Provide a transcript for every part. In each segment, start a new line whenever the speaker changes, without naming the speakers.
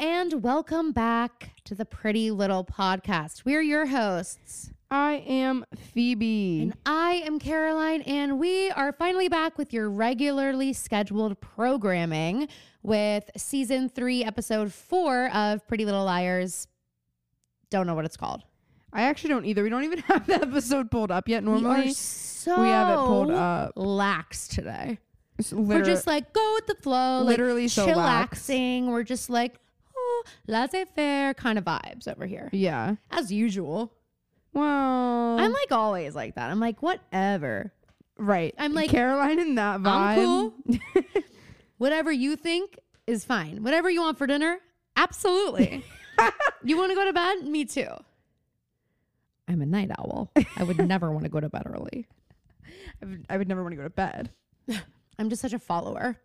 And welcome back to the Pretty Little Podcast. We're your hosts.
I am Phoebe.
And I am Caroline, and we are finally back with your regularly scheduled programming with season three, episode four of Pretty Little Liars. Don't know what it's called.
I actually don't either. We don't even have the episode pulled up yet.
we
Normally,
are so
we have it pulled up.
Lax today.
It's
We're
liter-
just like go with the flow, like,
Literally so lax.
chillaxing. We're just like oh, laissez faire kind of vibes over here,
yeah.
as usual.
Well,
I'm like always like that. I'm like whatever,
right.
I'm like,
Caroline in that vibe.
I'm cool. whatever you think is fine. Whatever you want for dinner, absolutely. you want to go to bed? Me too. I'm a night owl. I would never want to go to bed early.
I would- I would never want to go to bed.
I'm just such a follower.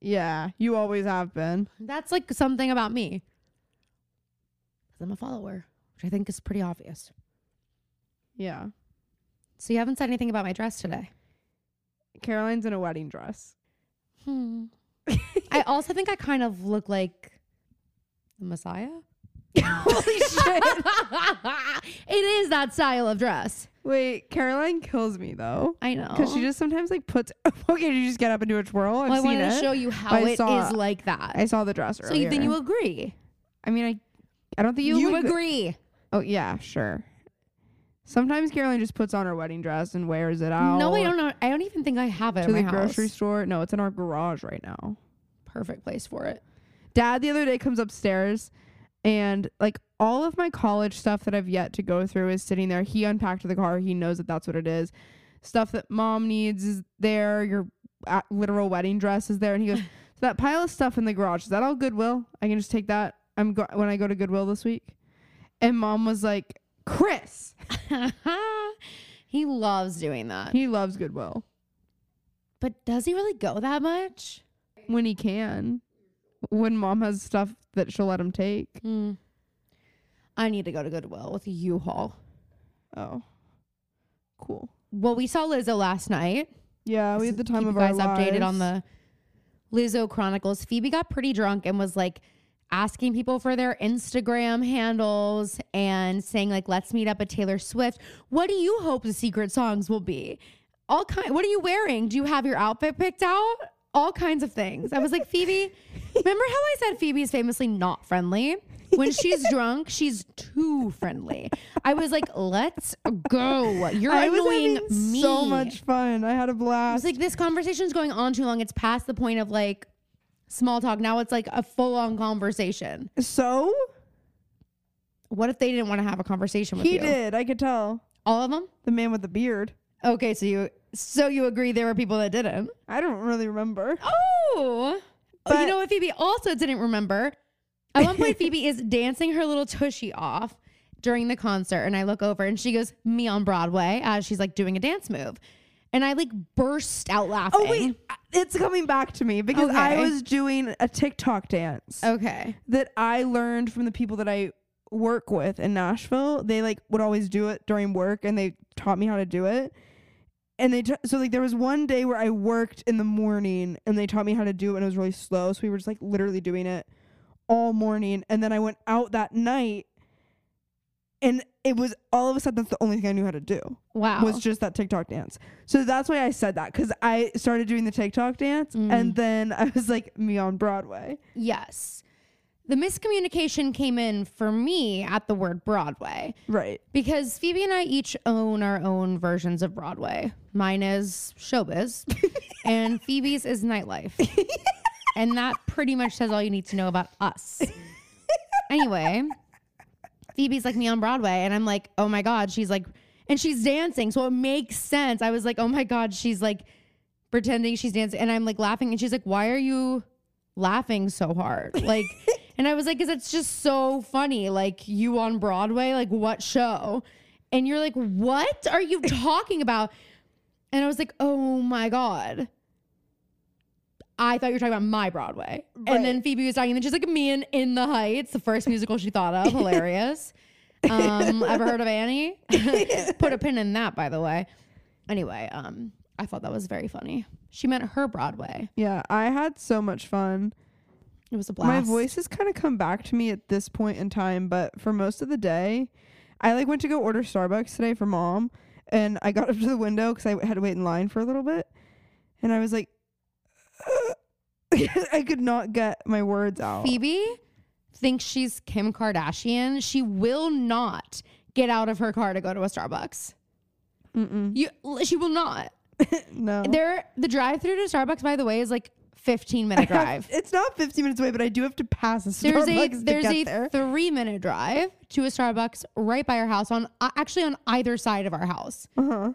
Yeah, you always have been.
That's like something about me. Because I'm a follower, which I think is pretty obvious.
Yeah.
So you haven't said anything about my dress today.
Caroline's in a wedding dress.
Hmm. I also think I kind of look like the Messiah.
Holy shit.
it is that style of dress.
Wait, Caroline kills me though.
I know.
Because she just sometimes like puts. okay, did you just get up and do a twirl? I've
Well, I
seen
wanted
it.
to show you how
I
it is
saw-
like that.
I saw the dress
So
earlier.
you, then you agree.
I mean, I. I don't think
You,
you. look-
agree.
Oh yeah, sure. Sometimes Caroline just puts on her wedding dress and wears it out.
No, I don't know. I don't even think I have it
To
in my
the
house.
grocery store. No, it's in our garage right now.
Perfect place for it.
Dad the other day comes upstairs, and like all of my college stuff that I've yet to go through is sitting there. He unpacked the car. He knows that that's what it is. Stuff that mom needs is there. Your a- literal wedding dress is there, and he goes, "So that pile of stuff in the garage is that all Goodwill? I can just take that. I'm go- when I go to Goodwill this week." And mom was like, "Chris,
he loves doing that.
he loves Goodwill."
But does he really go that much?
when he can. When mom has stuff that she'll let him take.
Hmm. I need to go to Goodwill with a U-Haul.
Oh, cool.
Well, we saw Lizzo last night.
Yeah, we
This
had the
is-
time
keep
of
you
our
guys updated on
lives.
the Lizzo Chronicles. Phoebe got pretty drunk and was like asking people for their Instagram handles and saying like, "Let's meet up at Taylor Swift." What do you hope the secret songs will be? All kind. What are you wearing? Do you have your outfit picked out? All kinds of things. I was like, Phoebe, remember how I said Phoebe is famously not friendly? When she's drunk, she's too friendly. I was like, let's go. You're
I was
annoying
having
me.
so much fun. I had a
It's
blast.
like this conversation's going on too long. It's past the point of like small talk. Now it's like a full on conversation.
so
What if they didn't want to have a conversation with
he
you?
did. I could tell
All of them?
the man with the beard.
Okay, so you so you agree there were people that didn't.
I don't really remember.
Oh. you
But-
know what Phoebe also didn't remember? At one point Phoebe is dancing her little tushy off during the concert and I look over and she goes, "Me on Broadway" as she's like doing a dance move. And I like burst out laughing.
Oh wait, it's coming back to me because I
Okay.
was doing a TikTok dance.
Okay.
that I learned from the people that I work with in Nashville. They like would always do it during work and they taught me how to do it. And they t- so like there was one day where I worked in the morning and they taught me how to do it and it was really slow. So we were just like literally doing it all morning and then I went out that night and it was all of a sudden that's the only thing I knew how to do
Wow.
was just that TikTok dance. So that's why I said that cuz I started doing the TikTok dance and then I was like me on Broadway.
Yes. The miscommunication came in for me at the word Broadway
Right.
because Phoebe and I each own our own versions of Broadway. Mine is showbiz, and Phoebe's is nightlife. and that pretty much says all you need to know about us. Anyway, Phoebe's like me on Broadway, and I'm like, oh my God, she's like, and she's dancing. So it makes sense. I was like, oh my God, she's like pretending she's dancing. And I'm like laughing, and she's like, why are you laughing so hard? Like, and I was like, because it's just so funny. Like, you on Broadway, like, what show? And you're like, what are you talking about? And I was like, oh my God. I thought you were talking about my Broadway.
Right.
And then Phoebe was talking, and then she's like, me in In the Heights, the first musical she thought of. Hilarious. Um, ever heard of Annie? Put a pin in that, by the way. Anyway, um, I thought that was very funny. She meant her Broadway.
Yeah, I had so much fun.
It was a blast.
My voice has kind of come back to me at this point in time, but for most of the day, I like went to go order Starbucks today for mom, and I got up to the window because I had to wait in line for a little bit, and I was like, I could not get my words out.
Phoebe thinks she's Kim Kardashian. She will not get out of her car to go to a Starbucks.
Mm-mm.
You, l- she will not.
No,
There, the drive-through to Starbucks, by the way, is like 15 minute drive.
It's not 15 minutes away, but I do have to pass a Starbucks
There's a
to
there's
get
a
there.
three minute drive to a Starbucks right by our house on uh, actually on either side of our house.
uh-huh.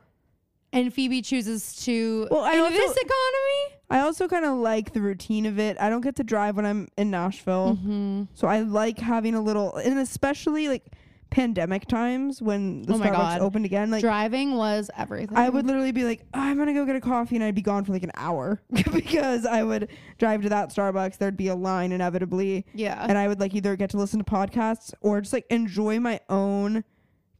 And Phoebe chooses to
Well, I
in
also-
this economy.
I also kind of like the routine of it. I don't get to drive when I'm in Nashville.
Mm-hmm.
So I like having a little, and especially like pandemic times when the
Oh my
Starbucks
God.
opened again. Like
Driving was everything.
I would literally be like, "Oh, I'm gonna go get a coffee, and I'd be gone for like an hour because I would drive to that Starbucks. There'd be a line inevitably,
yeah.
and I would like either get to listen to podcasts or just like enjoy my own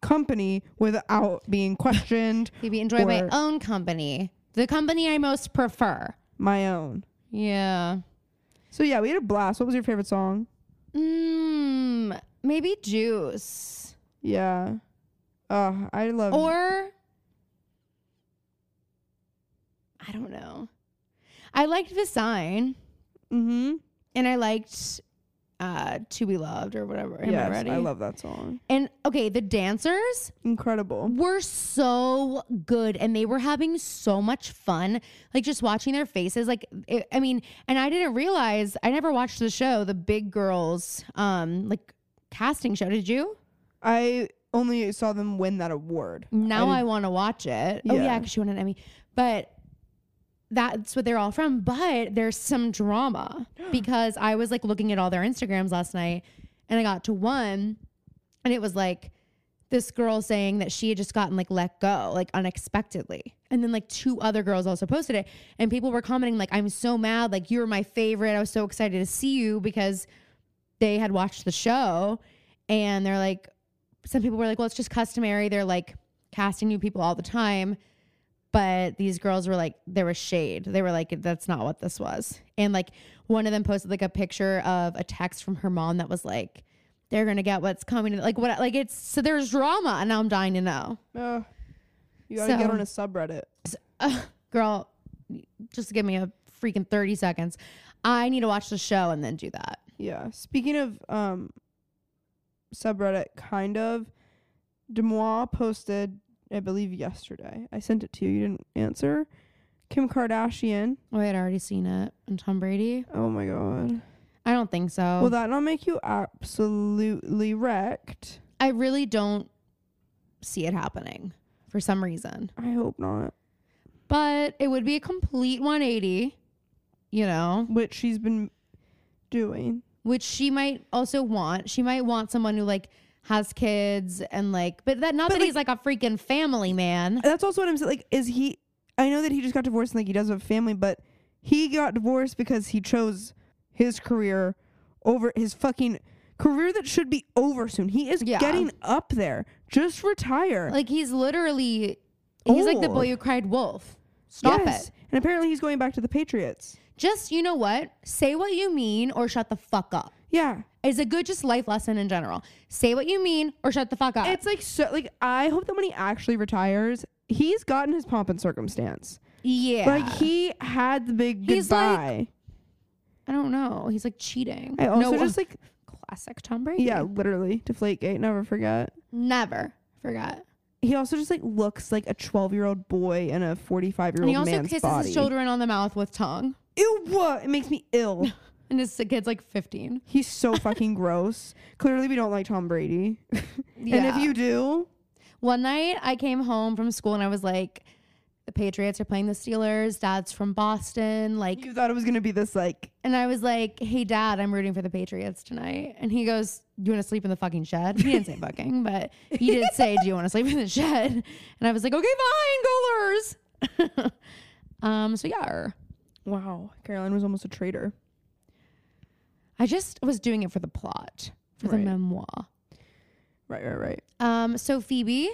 company without being questioned.
Maybe enjoy my
or-
own company, the company I most prefer.
my own.
Yeah.
So yeah, we had a blast. What was your favorite song?
Mm, maybe juice
Yeah. Uh, I love
or I don't know. I liked the sign
Mm-hmm.
and I liked uh to be loved or whatever. Am I
Yes,
ready?
I love that song.
and okay, the dancers
Incredible.
were so good and they were having so much fun like just watching their faces like it, i mean and i didn't realize i never watched the show the big girls um like casting show did you
I only saw them win that award.
now
I
i, want to watch it oh yeah
Yeah.
because she won an emmy but that's what they're all from but there's some drama because i was like looking at all their instagrams last night and i got to one and it was like this girl saying that she had just gotten like let go like unexpectedly and then like two other girls also posted it and people were commenting like i'm so mad like you were my favorite i was so excited to see you because they had watched the show and they're like some people were like well it's just customary they're like casting new people all the time but these girls were like there was shade they were like that's not what this was and like one of them posted like a picture of a text from her mom that was like they're gonna get what's coming like what like it's so there's drama and now i'm dying to know
Ugh. you gotta get
So-
on a subreddit.
uh, girl just give me a freaking 30 seconds i need to watch the show and then do that
Yeah. Speaking of um subreddit kind of Demois posted, I believe yesterday. I sent it to you, you didn't answer. Kim Kardashian.
oh i had already seen it and tom brady
Oh my god.
i don't think so
Will that not make you absolutely wrecked?
i really don't see it happening for some reason
I hope not.
but it would be a complete 180 you know
Which she's been doing.
which she might also want. She might want someone who like has kids and like, but that not
But,
that he's like a freaking family man.
That's also what I'm saying. Like, is he? I know that he just got divorced and like he does have a family, but he got divorced because he chose his career over his fucking career that should be over soon. He is
Yeah.
getting up there. Just retire.
Like he's literally, he's like the boy
Old.
who cried wolf. Stop
Yes.
it.
And apparently he's going back to the Patriots.
Just you know what? Say what you mean or shut the fuck up.
Yeah.
Is a good just life lesson in general. Say what you mean or shut the fuck up.
It's like so. Like I hope that when he actually retires, he's gotten his pomp and circumstance.
yeah.
Like he had the big
He's like-
goodbye.
I don't know. He's like cheating.
I also
no,
just like
classic Tom Brady.
yeah, literally deflate gate. Never forget.
Never forgot.
he also just like looks like a 12 year old boy in a 45 year
And he
old
also
man's
kisses
body.
his children on the mouth with tongue.
Ew, wha- it makes me ill.
And his kid's like 15.
He's so fucking gross. Clearly, we don't like Tom Brady. And if
Yeah.
you do,
One night I came home from school and I was like, the Patriots are playing the Steelers. Dad's from Boston. Like,
you thought it was gonna be this like
and I was like, hey, dad, I'm rooting for the Patriots tonight. And he goes, you want to sleep in the fucking shed? He didn't say fucking, but he did say, do you want to sleep in the shed? And I was like, okay, fine, goalers. um, so yeah,
wow. Caroline was almost a traitor.
I just was doing it for the plot, for the
Right.
memoir.
Right, right, right.
Um, so Phoebe,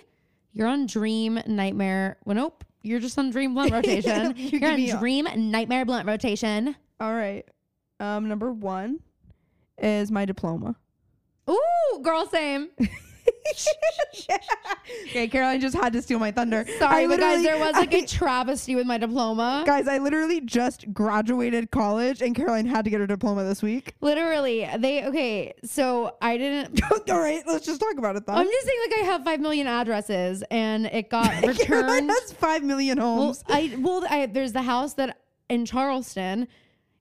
you're on Dream Nightmare. Well, nope, you're just on Dream Blunt rotation.
You
you are
give
on
me a-
Dream Nightmare Blunt rotation.
All right. Um, number one, is my diploma.
Ooh, girl, same.
Okay, Caroline just had to steal my thunder.
Sorry,
I
but guys,
literally-
there was like
I-
a travesty with my diploma.
Guys, I literally just graduated college and Caroline had to get her diploma this week.
Literally, they okay. So I didn't.
All right, let's just talk about it though.
I'm just saying, like I have five million addresses, and it got
Caroline
returned.
has five million
Well,
homes.
I well, I, there's the house that in Charleston,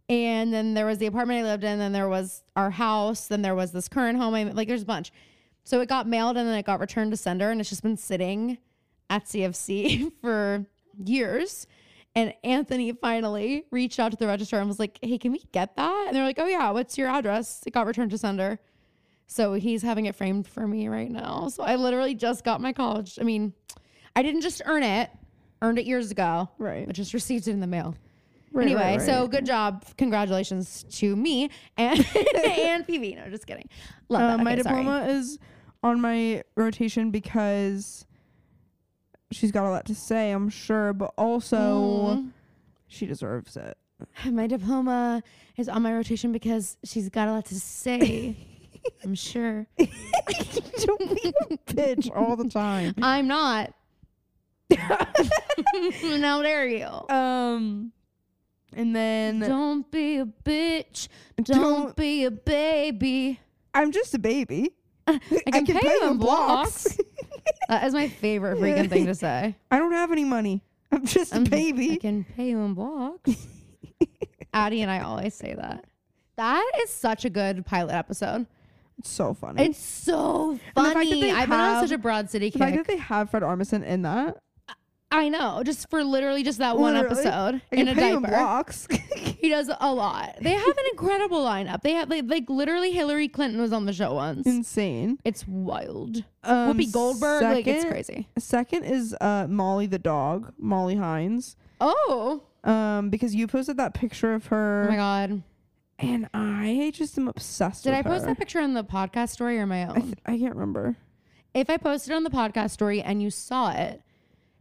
and then there was the apartment I lived in, then there was our house, then there was this current home. I, like there's a bunch. So it got mailed and then it got returned to sender, and it's just been sitting at CFC for years. And Anthony finally reached out to the registrar and was like, "Hey, can we get that?" And they're like, "Oh yeah, what's your address?" It got returned to sender. So he's having it framed for me right now. So I literally just got my college. I mean, I didn't just earn it, earned it years ago,
Right.
but just received it in the mail.
Right,
anyway,
right,
so
right.
good job. Congratulations to me and and Phoebe. No, just kidding. Love
Uh,
that.
my
Okay, sorry.
diploma is on my rotation because she's got a lot to say, I'm sure, but also she deserves it.
Mm. My diploma is on my rotation because she's got a lot to say. I'm sure.
Don't be a bitch all the time.
I'm not. How dare you?
Um, and then
Don't be a bitch.
Don't-
Don't be a baby.
I'm just a baby.
I can, pay, you in blocks. that is my favorite freaking thing to say.
I don't have any money. I'm just
I'm-
a baby.
I can pay you in blocks. Addie and I always say that. That is such a good pilot episode.
It's so funny.
It's so
And the fact that
funny.
they
I've been on such
have-
a broad city
the fact that
kick.
they have Fred Armisen in that
I know, just for literally just that one
Literally.
episode
I
in
can
a
pay you in
diaper.
blocks.
He does a lot. They have an incredible lineup. They have like, like literally Hillary Clinton was on the show once.
Insane.
It's wild.
Um,
Whoopi Goldberg, like it's
second-
crazy.
Second is uh, Molly the dog, Molly Hines,
Oh,
um, because you posted that picture of
oh
her,
my god.
and I just am obsessed.
Did
with
I post
her.
that picture on the podcast story or my
I,
own?
th- I can't remember.
If I posted on the podcast story and you saw it,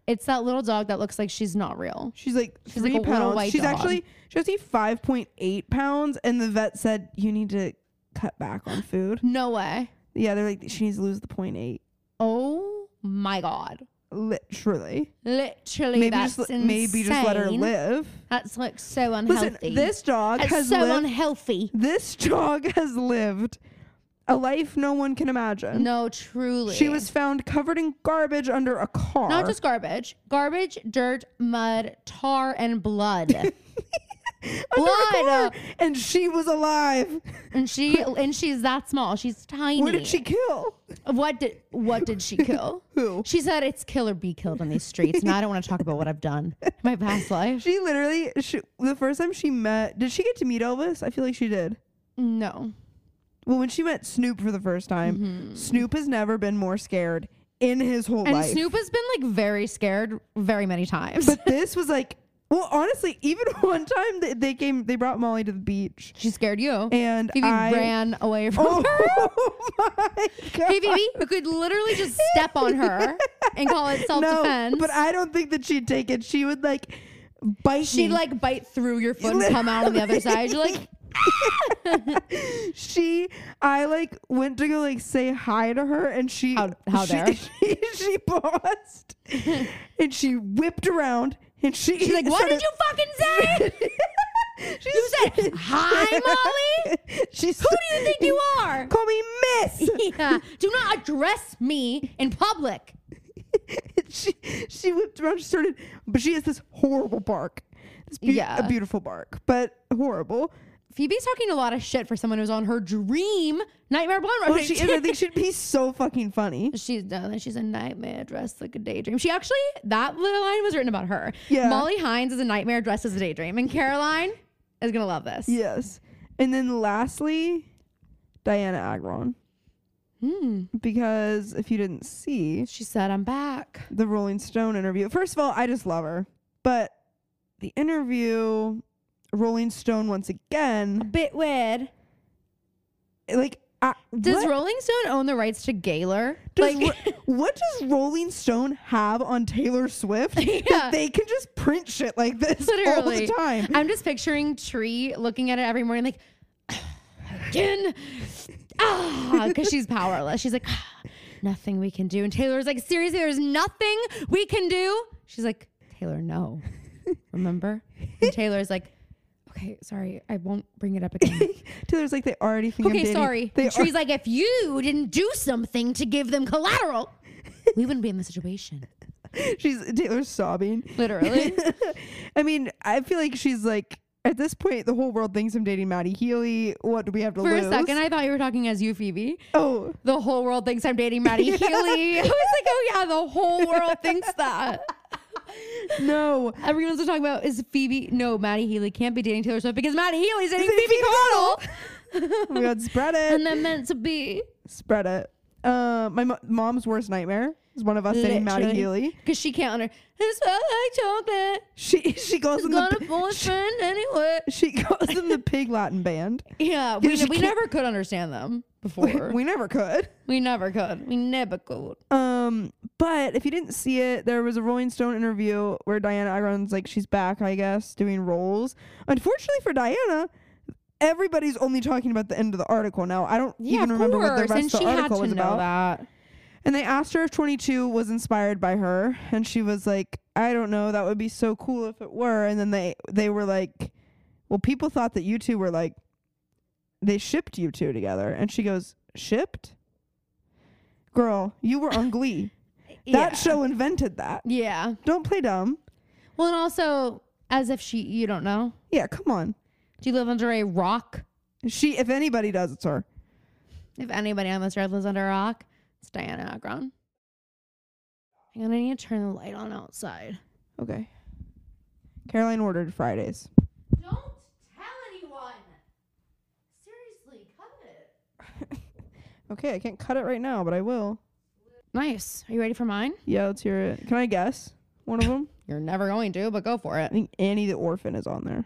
it's that little dog that looks like she's not real.
She's like
She's like
three
a little
pounds.
white
she's
dog.
actually she's actually five point eight pounds, and the vet said you need to cut back on food.
No way.
Yeah, they're like she needs to lose the point eight.
Oh my god.
Literally,
Literally,
maybe
that's
just le- maybe just let her
insane.
live.
That's like so unhealthy.
Listen, this dog
that's
has
so
lived.
unhealthy.
this dog has lived a life no one can imagine.
No, truly.
She was found covered in garbage under a car.
not just garbage, garbage, dirt, mud, tar, and blood.
under a
blood.
car, and she was alive.
and she and she's that small. She's tiny.
What did she kill?
What did what did she kill?
Who?
She said it's kill or be killed on these streets, and I don't want to talk about what I've done in my past life.
She literally. She, the first time she met, did she get to meet Elvis? I feel like she did.
No,
Well, when she met Snoop for the first time, Snoop has never been more scared in his whole
Mm-hmm. and
life.
Snoop has been like very scared very many times.
but this was like, well, honestly, even one time they, they came, they brought Molly to the beach,
she scared you,
and
Phoebe
I
ran away from
Oh
her.
my god!
Hey, Phoebe, you could literally just step on her and call it self
no,
defense.
but I don't think that she'd take it. She would like bite.
She'd
me.
like bite through your foot and come out on the other side. You're like,
she I like went to go like say hi to her and she
How- how
she,
dare.
she, she paused and she whipped around and she
she's like, what did you fucking say?
she
You said hi, Molly.
she
Who do you think you are?
call me miss
yeah. Do not address me in public.
she she whipped around she started but she has this horrible bark this beau-
Yeah.
a beautiful bark but horrible
Phoebe's talking a lot of shit for someone who's on her dream Nightmare Blonde.
oh she is I think she'd be so fucking funny
She's done that. She's a nightmare dressed like a daydream. She actually, that little line was written about her.
Yeah.
Molly Hines is a nightmare dressed as a daydream. And Caroline is going to love this.
Yes. And then lastly, Diana Agron.
Hmm.
Because if you didn't see
She said, I'm back.
the Rolling Stone interview, first of all, I just love her. But the interview, Rolling Stone once again,
Bit weird.
like, I,
Does
what,
Rolling Stone own the rights to Gaylor?
does
like,
Ro- what does Rolling Stone have on Taylor Swift
Yeah.
that they can just print shit like this all
literally.
the time?
I'm just picturing Tree looking at it every morning, like, can. Ah, because she's powerless. She's like, "Ah, nothing we can do. And Taylor's like, seriously, there's nothing we can do. She's like, Taylor, no. Remember? And Taylor's like, okay, sorry, I won't bring it up again.
Taylor's like they already think. I'm
okay,
dating-
sorry.
They
And Tree's like, if you didn't do something to give them collateral, we wouldn't be in this situation.
are, she's Taylor's sobbing.
Literally.
I mean, I feel like she's like at this point the whole world thinks I'm dating Maddie Healy. What do we have to
For
lose?
a second, I thought you were talking as you, Phoebe.
oh,
The whole world thinks I'm dating Maddie Healy. I was like, oh yeah, the whole world thinks that.
no.
Everyone's talking about is Phoebe. No, Maddie Healy can't be dating Taylor Swift because Maddie Healy's dating
Phoebe
Phoebe Connell.
Oh my God, spread it.
and they're meant to be.
spread it. Uh, my mo- mom's worst nightmare is one of us dating Maddie
Literally.
Healy.
Because she can't under. It smells like chocolate.
She she calls
It's
in the
gonna
pi-
fool his
she,
friend anyway.
she calls in the Pig Latin band.
Yeah, we,
she
we
can't-
never could understand them before.
We never could.
we never could. We never could.
Um, but if you didn't see it, there was a Rolling Stone interview where Diana Agron's like she's back, I guess, doing roles. Unfortunately for Diana, everybody's only talking about the end of the article now. I don't even remember what the rest
and
of the
she had
article
to
was
know
about.
that.
And they asked her if 22 was inspired by her, and she was like, "I don't know. That would be so cool if it were." And then they they were like, "Well, people thought that you two were like they shipped you two together," and she goes, "Shipped." Girl, you were on Glee. That
yeah.
show invented that.
Yeah.
Don't play dumb.
Well, and also as if she, you don't know.
Yeah, come on.
Do you live under a rock?
She, if anybody does, it's her.
If anybody on this earth lives under a rock, it's Diana Agron. Hang on, I need to turn the light on outside.
Okay. Caroline ordered Fridays.
Don't tell anyone. Seriously, cut it.
Okay, I can't cut it right now, but I will.
Nice. Are you ready for mine?
Yeah, let's hear it. Can I guess one of them?
You're never going to, but go for
I
it.
think Annie the Orphan is on there.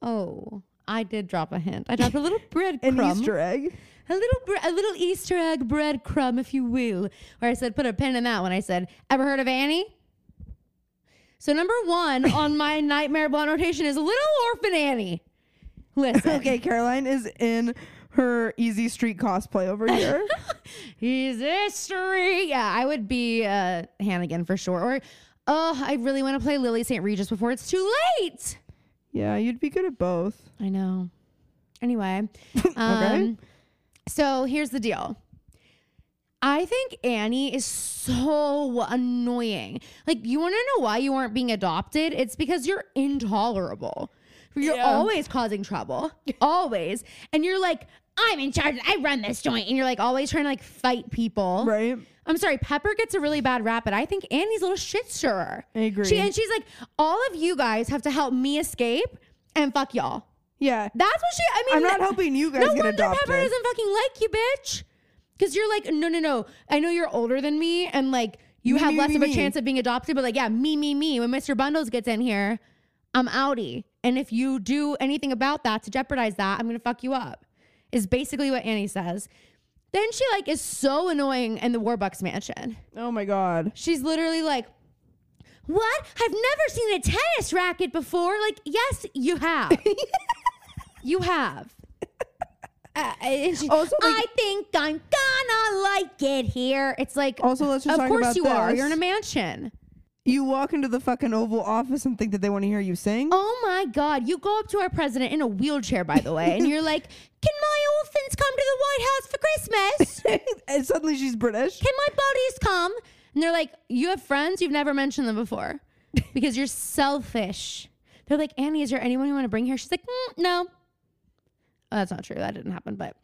Oh, I did drop a hint. I dropped a little breadcrumb.
An Easter egg.
a little bre- a little Easter egg breadcrumb, if you will, where I said put a pin in that one. I said, ever heard of Annie? So number one on my nightmare blonde rotation is Little Orphan Annie. Listen,
Okay, Caroline is in her Easy Street cosplay over here.
he's history. Yeah, I would be uh, Hannigan for sure. Or, oh, I really want to play Lily St. Regis before it's too late.
yeah, you'd be good at both.
I know. Anyway,
Okay.
um, so here's the deal. I think Annie is so annoying. Like, you want to know why you aren't being adopted? It's because you're intolerable. You're
Yeah.
always causing trouble, always. And you're like, I'm in charge. I run this joint. And you're like always trying to like fight people.
Right?
I'm sorry, Pepper gets a really bad rap, but I think Annie's a little shit stirrer.
I agree.
She, and she's like, all of you guys have to help me escape and fuck y'all.
yeah.
That's what she. I mean,
I'm not
th-
helping you guys
No
get
wonder
adopted.
Pepper doesn't fucking like you, bitch. Because you're like, no, no, no. I know you're older than me, and like you
Me,
have
me,
less
me,
of a
me."
chance of being adopted. But like, yeah, me, me, me. When Mr. Bundles gets in here, I'm outie. And if you do anything about that to jeopardize that, I'm gonna fuck you up. Is basically what Annie says. Then she like is so annoying in the Warbucks mansion.
oh my God.
She's literally like, What? I've never seen a tennis racket before. Like, yes, you have. you have. Uh, and she-
Also, like-
I think I'm gonna like it here. It's like,
Also, let's just
of
talk
course
about
you are.
this.
You're in a mansion.
You walk into the fucking Oval Office and think that they want to hear you sing.
Oh my God. You go up to our president in a wheelchair, by the way, and you're like, Can my orphans come to the White House for Christmas?
and suddenly she's British.
Can my buddies come? And they're like, You have friends? You've never mentioned them before because you're selfish. They're like, Annie, is there anyone you want to bring here? She's like, mm, No. Oh, that's not true. That didn't happen. But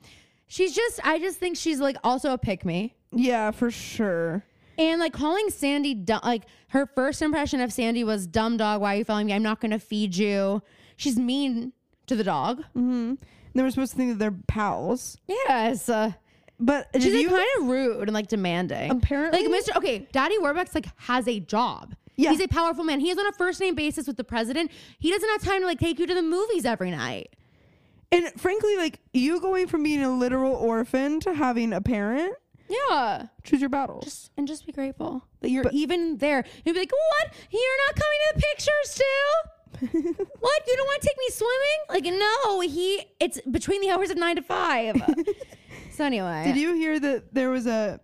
she's just, I just think she's like also a pick me.
Yeah, for sure.
And like calling Sandy, du- like her first impression of Sandy was, Dumb dog, why are you following me? I'm not going to feed you. She's mean to the dog.
They were supposed to think that they're pals,
Yes. Uh,
but did
she's like,
you?
kind of rude and like demanding.
Apparently-
like Mr. Okay, Daddy Warbucks like has a job.
Yeah.
he's a powerful man. He is on a first name basis with the president. He doesn't have time to like take you to the movies every night.
and frankly, like you going from being a literal orphan to having a parent,
Yeah,
choose your battles.
and just be grateful that you're
But-
even there. You'd be like, what? You're not coming to the picture still?
up.
What? You don't want to take me swimming? Like, no, he, it's between the hours of nine to five. so, anyway.
Did you hear that there was a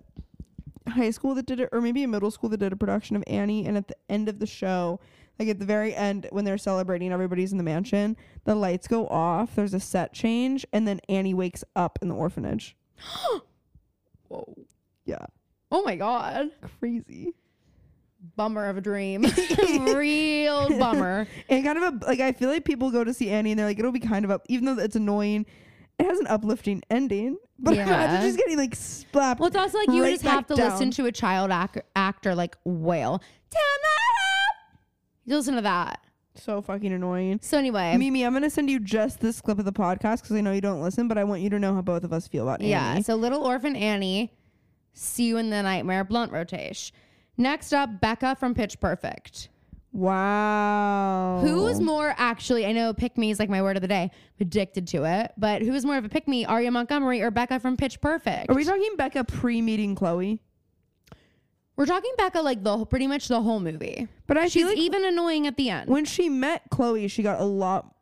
high school that did it, or maybe a middle school that did a production of Annie? And at the end of the show, like at the very end, when they're celebrating, everybody's in the mansion, the lights go off, there's a set change, and then Annie wakes up in the orphanage.
Whoa.
Yeah,
Oh my God.
crazy.
Bummer of a dream. Real bummer.
And kind of a like, I feel like people go to see Annie and they're like, it'll be kind of up, even though it's annoying. It has an uplifting ending, but
Yeah.
imagine just getting like slapped.
Well, it's also like you
Right
would just have to
back
listen
down.
to a child ac- actor like wail. Tamara! You listen to that.
so fucking annoying.
So anyway,
Mimi, I'm gonna send you just this clip of the podcast because I know you don't listen, but I want you to know how both of us feel about Annie.
yeah. So little orphan Annie, see you in the nightmare blunt rotation. Next up, Becca from Pitch Perfect.
Wow.
Who is more actually? I know pick me is like my word of the day. I'm addicted to it, but who is more of a pick me? Aria Montgomery or Becca from Pitch Perfect?
Are we talking Becca pre meeting Chloe?
We're talking Becca like the whole- pretty much the whole movie.
But I
She's
feel like
even annoying at the end.
when she met Chloe, she got a lot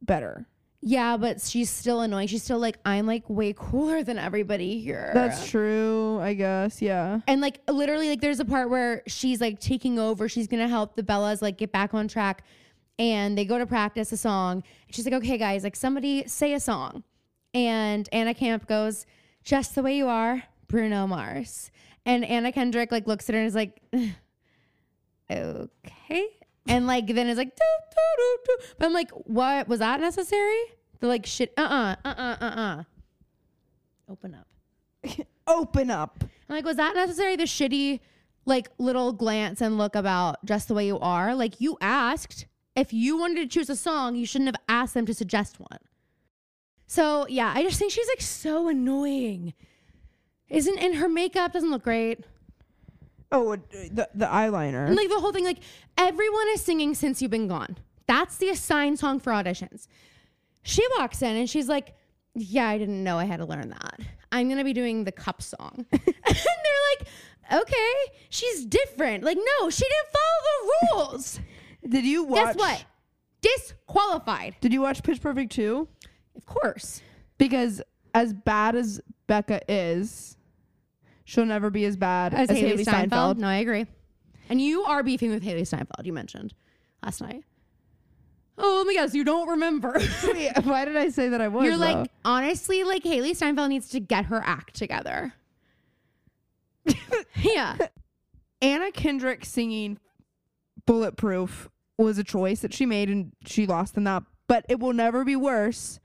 better.
Yeah, but she's still annoying. She's still like, I'm like way cooler than everybody here.
That's true, I guess. Yeah.
And like literally, like there's a part where she's like taking over. She's gonna help the Bellas like get back on track, and they go to practice a song. And she's like, "Okay, guys, like somebody say a song," and Anna Camp goes, "Just the way you are, Bruno Mars." And Anna Kendrick like looks at her and is like, "Okay," and like then is like, doo, doo, doo, doo. "But I'm like, what was that necessary?" They're like, "Shit, uh, uh-uh, uh, uh, uh, uh." Open up.
Open up.
I'm like, was that necessary? The shitty, like, little glance and look about just the way you are. Like, you asked if you wanted to choose a song, you shouldn't have asked them to suggest one. So, yeah, I just think she's like so annoying. Isn't and her makeup doesn't look great.
Oh, uh, the, the
And
eyeliner.
like the whole thing, like everyone is singing since you've been gone. That's the assigned song for auditions. She walks in and she's like, Yeah, I didn't know I had to learn that. I'm gonna be doing the cup song. and they're like, Okay, she's different. Like, no, she didn't follow the rules.
Did you
Guess
watch?
what? Disqualified.
Did you watch Pitch Perfect 2?
Of course.
Because as bad as Becca is, she'll never be as bad as, Haley
Haley
Steinfeld.
No, I agree. And you are beefing with Haley Steinfeld, you mentioned last night. Oh my gosh, you don't remember.
Wait, why did I say that I was?
You're
though?
like, honestly, like Haley Steinfeld needs to get her act together. yeah.
Anna Kendrick singing Bulletproof was a choice that she made and she lost in that. But it will never be worse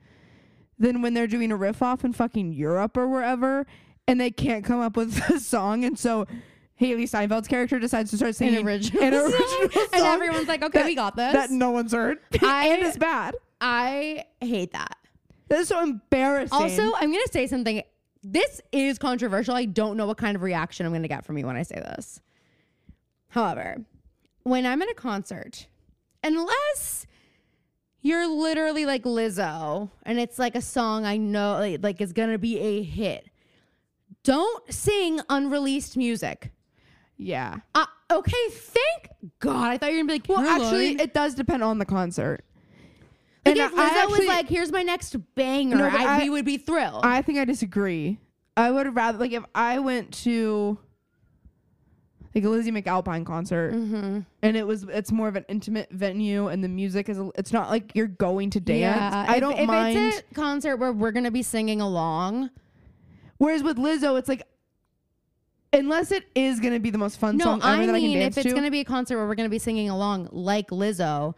than when they're doing a riff off in fucking Europe or wherever and they can't come up with a song. And so Haley Steinfeld's character decides to start singing
original
an
song.
original song
And everyone's like, okay,
that-
we got this.
That no one's heard.
I-
and it's bad.
I hate that.
That is so embarrassing.
Also, I'm going to say something. This is controversial. I don't know what kind of reaction I'm going to get from you when I say this. However, when I'm at a concert, unless you're literally like Lizzo and it's like a song I know like, like is going to be a hit, don't sing unreleased music.
yeah.
Uh, okay, thank God. I thought you were gonna be like,
Well, actually, it does depend on the concert.
like
and
if Lizzo
I
was
actually-
like, "Here's my next banger,"
No, but
I,
I-
we would be thrilled.
I think I disagree. I would rather like if I went to like a Lizzie McAlpine concert,
Mm-hmm.
and it was it's more of an intimate venue, and the music is a- it's not like you're going to dance. I
if-
don't
if
mind.
it's a concert where we're gonna be singing along.
Whereas with Lizzo, it's like unless it is gonna be the most fun
No,
song ever
I
that I can
mean,
dance
if it's
to.
gonna be a concert where we're gonna be singing along like Lizzo,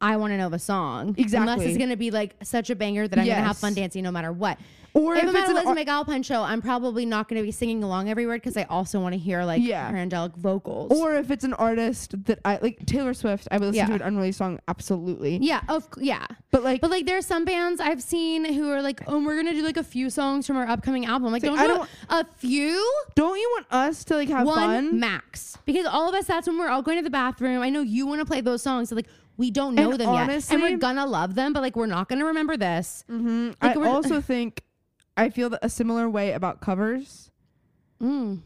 I want to know the song. Unless
Exactly.
it's gonna be like such a banger that I'm gonna have
Yes.
fun dancing no matter what.
or
if,
if,
I'm
it's
at a
an
Liz
ar-
McAlpine show, I'm probably not gonna be singing along every word because I also want to hear like
Yeah.
her angelic vocals.
or if it's an artist that I like Taylor Swift, I would listen to
Yeah.
an unreleased song absolutely.
yeah, of c- yeah.
But like,
But like, there are some bands I've seen who are like, "Oh, we're gonna do like a few songs from our upcoming album." Like,
It's
don't,
like,
do
I
a few,
don't you want us to like have
one
fun?
max, because all of us. That's when we're all going to the bathroom. I know you want to play those songs, so like, we don't know
And
them yet, and
honestly- Mm.
we're gonna love them, but like, we're not gonna remember this. Like,
I
we're-
also think I feel that a similar way about covers,
Mm.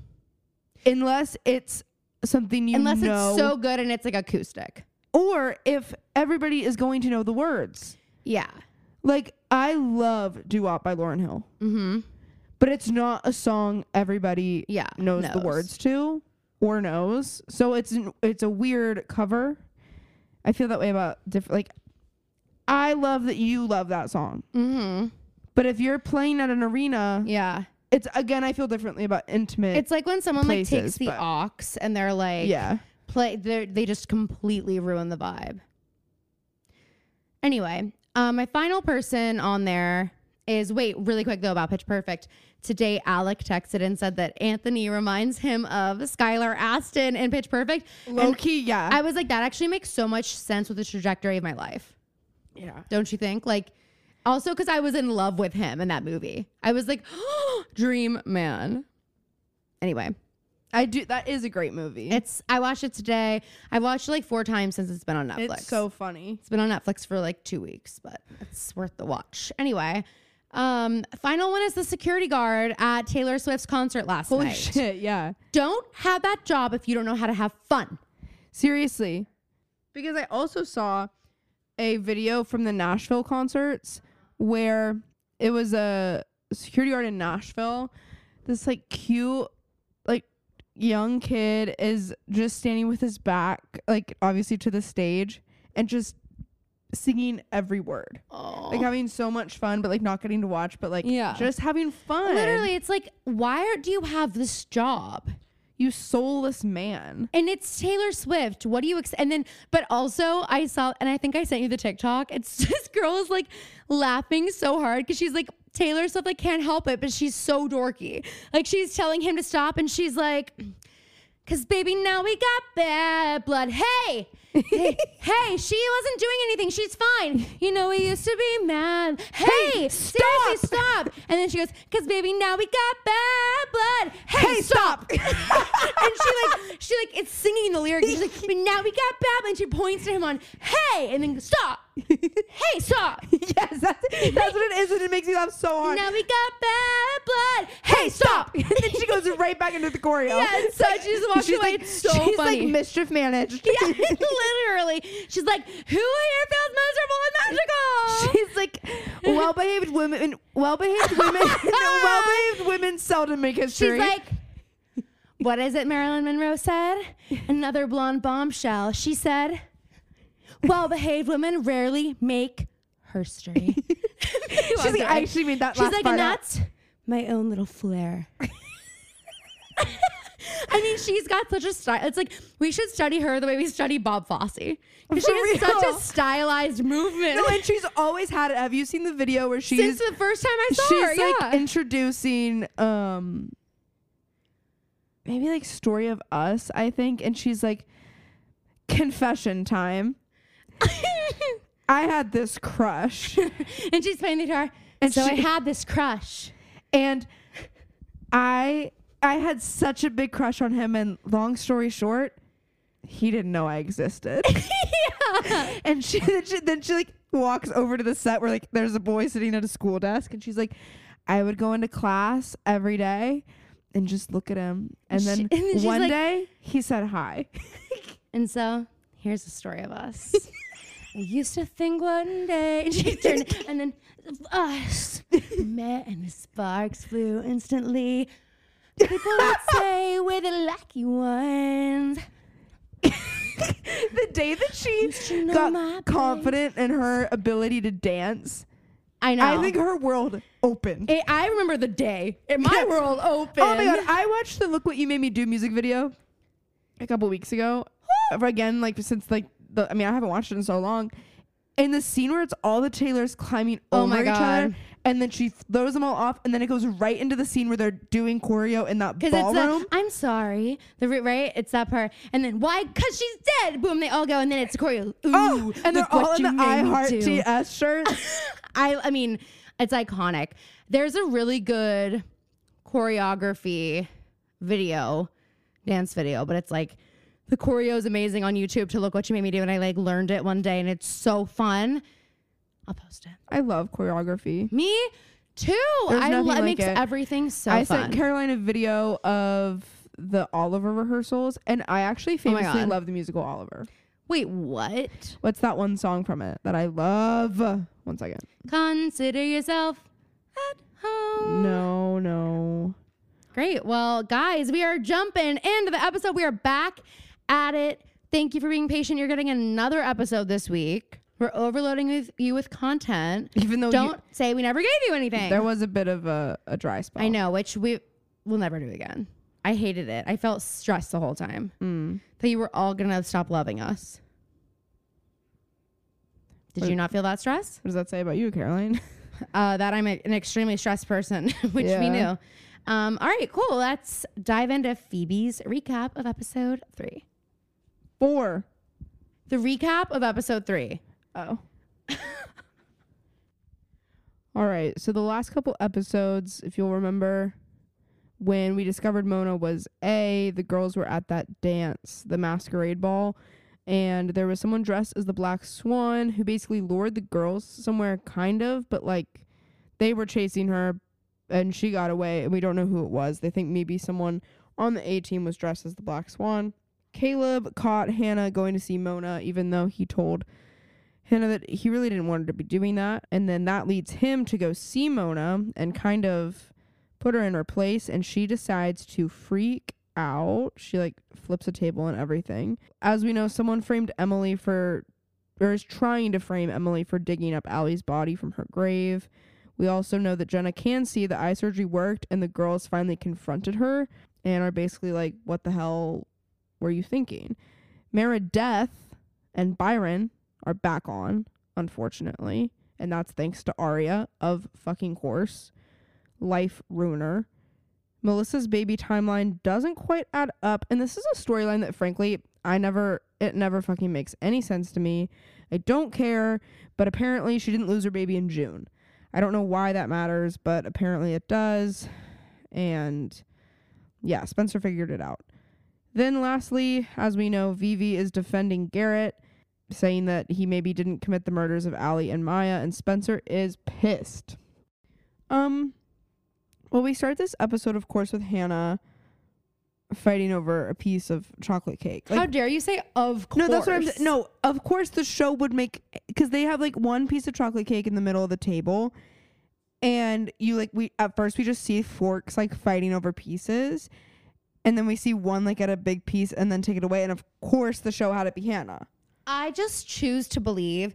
unless it's something you
Unless
know.
it's so good and it's like acoustic.
or if everybody is going to know the words.
Yeah.
Like I love "Do Wop" by Lauren Hill,
Mm-hmm.
but it's not a song everybody
Yeah.
knows, the words to or knows. So it's an, it's a weird cover. I feel that way about different. Like I love that you love that song,
Mm-hmm.
but if you're playing at an arena,
Yeah.
it's again I feel differently about intimate.
It's like when someone like takes
Places,
the
but-
aux and they're like,
yeah,
play they they just completely ruin the vibe. Anyway, um, my final person on there is wait, really quick though about Pitch Perfect. Today, Alec texted and said that Anthony reminds him of Skylar Aston in Pitch Perfect.
low
And
key. Yeah,
I was like, that actually makes so much sense with the trajectory of my life,
yeah.
don't you think? Like, also because I was in love with him in that movie, I was like, dream man. Anyway,
I do. That is a great movie.
it's I watched it today. I watched it like four times since it's been on Netflix.
it's so funny.
It's been on Netflix for like two weeks, but it's worth the watch. Anyway, um, final one is the security guard at Taylor Swift's concert last
Holy
night.
shit! Yeah,
Don't have that job if you don't know how to have fun.
seriously. Because I also saw a video from the Nashville concerts where it was a security guard in Nashville. This like cute, like young kid is just standing with his back, like obviously to the stage, and just singing every word.
Oh.
Like having so much fun, but like not getting to watch, but like
Yeah.
just having fun.
Literally, it's like, why are- do you have this job?
you soulless man.
And it's Taylor Swift. What do you ex- and then but also I saw and I think I sent you the TikTok. It's this girl is like laughing so hard because she's like Taylor Swift like can't help it, but she's so dorky. Like she's telling him to stop and she's like Cause baby, now we got bad blood. Hey, hey, hey, she wasn't doing anything. She's fine. You know, we used to be mad. Hey, stop. stop. And then she goes, Cause baby, now we got bad blood. Hey, stop. and she like, she like, it's singing the lyrics. She's like, But now we got bad blood. And she points to him on, Hey, and then stop. hey, stop.
yes, that's, that's what it is, and it makes me laugh so hard.
Now we got bad blood. Hey, stop.
and then she goes right back into the choreo.
Yeah, and so she just walks
she's
away.
Like,
It's so
she's
funny.
like mischief managed.
Yeah, literally. She's like, who here feels miserable and magical?
she's like well behaved women. Well behaved women. well behaved women seldom make
She's
history.
like, what is it Marilyn Monroe said? Another blonde bombshell. She said, well behaved women rarely make herstory.
she's like, I actually made that.
She's
last
like,
part
and
up."
that's my own little flair. I mean, she's got such a style. It's like we should study her the way we study Bob Fosse. 'Cause She
For
has such a
real.
stylized movement.
No, and she's always had it. Have you seen the video where she's
Since the first time I saw
she's
her,
like
yeah.
introducing um maybe like story of us i think and she's like confession time i had this crush
and she's playing the guitar. And
And
so I
she-
had this crush.
and i i had such a big crush on him and long story short he didn't know i existed
yeah.
and she then, she then she like walks over to the set where like there's a boy sitting at a school desk and she's like i would go into class every day and just look at him and
She-
then,
and then she's
one
like-
day he said hi
And so here's the story of us. I used to think one day, and she turned, and then us met, and the sparks flew instantly. People would say we're the lucky ones.
the day that she
you know my
got confident in her ability to dance
I know.
i think her world opened
It- I remember the day. It, my world opened.
oh my god i watched the look what you made me do music video a couple weeks ago again like since like the i mean i haven't watched it in so long in the scene where it's all the Taylors climbing
Oh
over
my
each
God.
other, and then she throws them all off, and then it goes right into the scene where they're doing choreo in that
Because it's
ballroom.
the, I'm sorry, the ri- right? It's that part, and then why? Because she's dead. Boom! They all go, and then it's choreo. Ooh,
oh, and they're
look
all
what
in
you
the I
made me
Heart
do.
TS shirts.
I, I mean, it's iconic. There's a really good choreography video, dance video, but it's like the choreo is amazing on YouTube. To look what you made me do, and I like learned it one day, and it's so fun. I'll post it.
I love choreography.
Me too.
There's
I
nothing
lo- it
like
makes
it.
everything so
I
fun.
sent Caroline a video of the Oliver rehearsals, and I actually
my
famously
God.
love the musical Oliver.
Wait, what?
What's that one song from it that I love? One second.
Consider yourself at home.
No, no.
Great. Well, guys, we are jumping into the episode. We are back at it. Thank you for being patient. You're getting another episode this week. We're overloading with you with content.
Even though you-
don't say we never gave you anything.
There was a bit of a, a dry spell.
I know, which we will never do again. I hated it. I felt stressed the whole time
Mm.
that you were all gonna stop loving us. Did you not feel that stress?
What does that say about you, Caroline?
uh, that I'm a, an extremely stressed person, which we
Yeah.
knew. Um, all right, cool. Let's dive into Phoebe's recap of episode three.
Four.
The recap of episode three.
Oh. All right. So the last couple episodes, if you'll remember, when we discovered Mona was A, the girls were at that dance, the masquerade ball, and there was someone dressed as the black swan who basically lured the girls somewhere kind of, but like they were chasing her and she got away and we don't know who it was. They think maybe someone on the A team was dressed as the black swan. Caleb caught Hannah going to see Mona even though he told Hannah that he really didn't want her to be doing that. And then that leads him to go see Mona and kind of put her in her place. And she decides to freak out. She like flips a table and everything. As we know, someone framed Emily for, or is trying to frame Emily for digging up Allie's body from her grave. We also know that Jenna can see the eye surgery worked and the girls finally confronted her and are basically like, what the hell were you thinking? Mara Death and Byron are back on, unfortunately. And that's thanks to Aria of fucking course. Life ruiner. Melissa's baby timeline doesn't quite add up. And this is a storyline that frankly I never it never fucking makes any sense to me. I don't care, but apparently she didn't lose her baby in June. I don't know why that matters, but apparently it does. And yeah, Spencer figured it out. Then lastly, as we know, Vivi is defending Garrett saying that he maybe didn't commit the murders of Allie and Maya, and Spencer is pissed. Um, well, we start this episode, of course, with Hannah fighting over a piece of chocolate cake. Like,
How dare you say of course?
no, that's what I'm. s- No, of course the show would make because they have like one piece of chocolate cake in the middle of the table, and you like we at first we just see forks like fighting over pieces, and then we see one like at a big piece and then take it away, and of course the show had it be Hannah.
I just choose to believe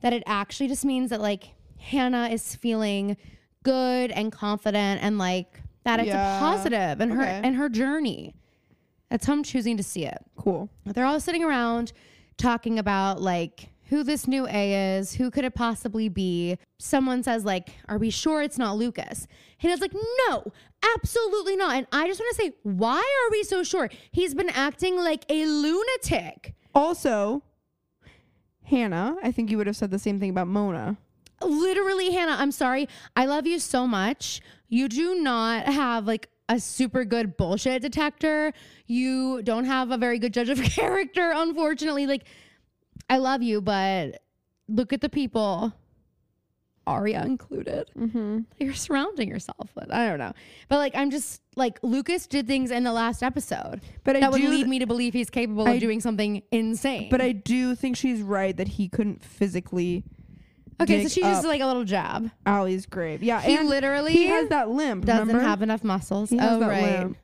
that it actually just means that like Hannah is feeling good and confident and like that it's
Yeah.
a positive in her
Okay.
in her journey. That's how I'm choosing to see it.
Cool.
They're all sitting around talking about like who this new A is, who could it possibly be? Someone says like, "Are we sure it's not Lucas?" Hannah's like, "No, absolutely not." And I just want to say, why are we so sure? He's been acting like a lunatic.
Also, Hannah, I think you would have said the same thing about Mona.
Literally, Hannah, I'm sorry. I love you so much. You do not have like a super good bullshit detector. You don't have a very good judge of character, unfortunately. Like, I love you, but look at the people, Aria included,
Mm-hmm.
that you're surrounding yourself with. I don't know. But like, I'm just like, Lucas did things in the last episode
But I
that would
do,
lead me to believe he's capable
I-
of doing something insane.
but I do think she's right that he couldn't physically
okay, so
dig
she just
up
like a little jab.
Allie's grave. Yeah,
He
and
literally
he has that limp.
doesn't
remember?
have enough muscles.
He has
oh
that
right.
limp.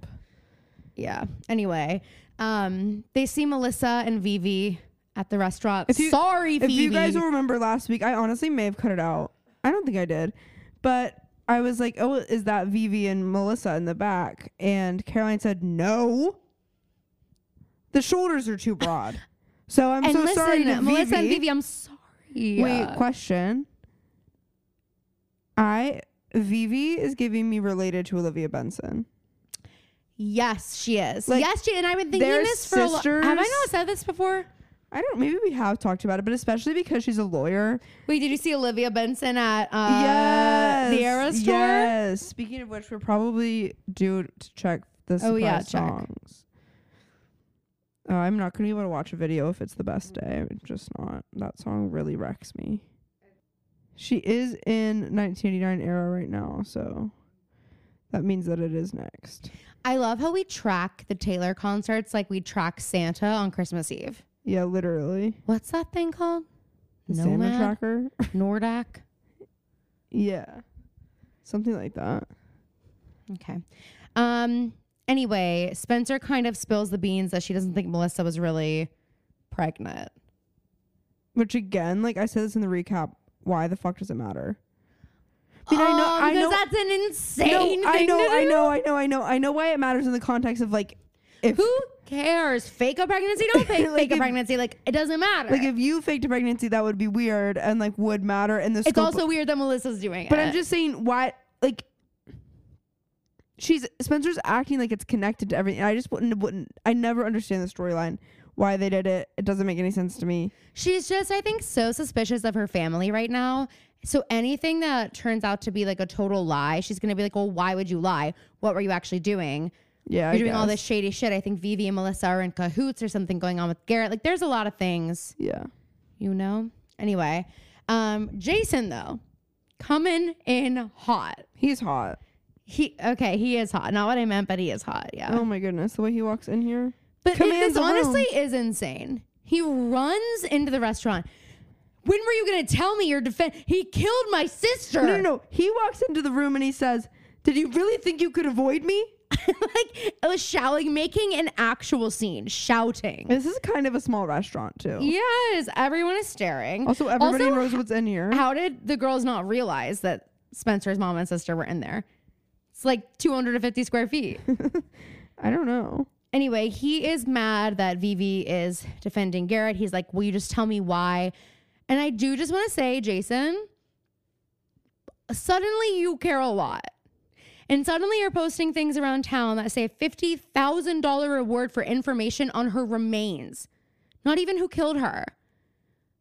Yeah. Anyway, um, they see Melissa and Vivi at the restaurant.
If you-
Sorry,
If
Phoebe.
you guys will remember last week, I honestly may have cut it out. I don't think I did, but I was like, "Oh, is that Vivi and Melissa in the back?" And Caroline said, "No, the shoulders are too broad." So I'm
and
so
listen,
sorry to
Melissa and
Vivi.
Vivi, I'm sorry.
Wait, question. I Vivi is giving me related to Olivia Benson.
yes, she is.
Like,
yes, she. And I've been thinking
they're
this for. a lo- Have I not
sisters.
said this before?
I don't. Maybe we have talked about it, but especially because she's a lawyer.
Wait, did you see Olivia Benson at uh,
yes,
the Era store?
Yes. Speaking of which, we're probably due to check the surprise
Oh, yeah, check.
songs. Uh, I'm not gonna be able to watch a video if it's the best
Mm.
day. I'm just not. That song really wrecks me. She is in 1989 era right now, so that means that it is next.
I love how we track the Taylor concerts like we track Santa on Christmas Eve.
Yeah, literally.
What's that thing called?
The Sandwich
Nomad?
Rocker.
Nordak?
yeah. Something like that.
Okay. Um. Anyway, Spencer kind of spills the beans that she doesn't think Melissa was really pregnant.
Which again, like I said this in the recap, why the fuck does it matter? I mean, I know,
Oh,
I
because
know,
that's an insane.
no, I
thing
know,
to
I
do.
know, I know, I know, I know why it matters in the context of like if
Who cares? Fake a pregnancy? Don't fake,
Like
fake a
if-
pregnancy. Like it doesn't matter.
like if you faked a pregnancy, that would be weird and like would matter in the
it's
scope.
also weird that Melissa's doing
but
it.
I'm just saying why like she's Spencer's acting like it's connected to everything. I just wouldn't wouldn't I never understand the storyline why they did it. It doesn't make any sense to me.
She's just, I think, so suspicious of her family right now. So anything that turns out to be like a total lie, she's gonna be like, "Well, why would you lie? What were you actually doing?
Yeah, I
You're doing all
guess.
this shady shit." I think Vivi and Melissa are in cahoots or something going on with Garrett. Like, there's a lot of things,
Yeah.
you know. Anyway, um, Jason though, coming in hot.
He's hot.
He okay, he is hot. Not what I meant, but he is hot. Yeah.
Oh my goodness, the way he walks in here.
But it, this
Commands the room.
honestly is insane. He runs into the restaurant. When were you going to tell me your defense? He killed my sister.
No, no, no. He walks into the room and he says, "Did you really think you could avoid me?"
like it was shouting, making an actual scene, shouting.
This is kind of a small restaurant too.
Yes, everyone is staring.
Also, everybody in
Also,
Rosewood's in here.
How did the girls not realize that Spencer's mom and sister were in there? It's like 250 square feet.
I don't know.
anyway, he is mad that Vivi is defending Garrett. He's like, Will you just tell me why? And I do just want to say, Jason, suddenly you care a lot. And suddenly you're posting things around town that say $50,000 reward for information on her remains, not even who killed her.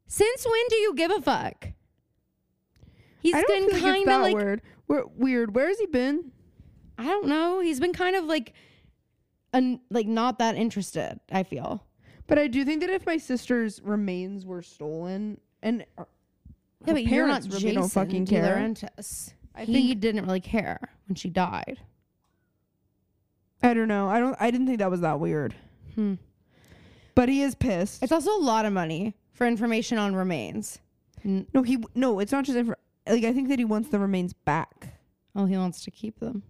Since when do you give a fuck? He's
I don't
been
feel like it's
kind
that
of like
weird. We're, weird. Where has he been?
I don't know. He's been kind of like, un, like not that interested. I feel.
But I do think that if my sister's remains were stolen and uh, her
Yeah, but you're not
parents
Jason
really don't fucking
De
care.
Laurentiis.
I
he didn't really care when she died.
I don't know. I don't. I didn't think that was that weird.
Hmm.
But he is pissed.
It's also a lot of money for information on remains. N-
no, he. No, it's not just. Infor- like I think that he wants the remains back.
Oh, he wants to keep them.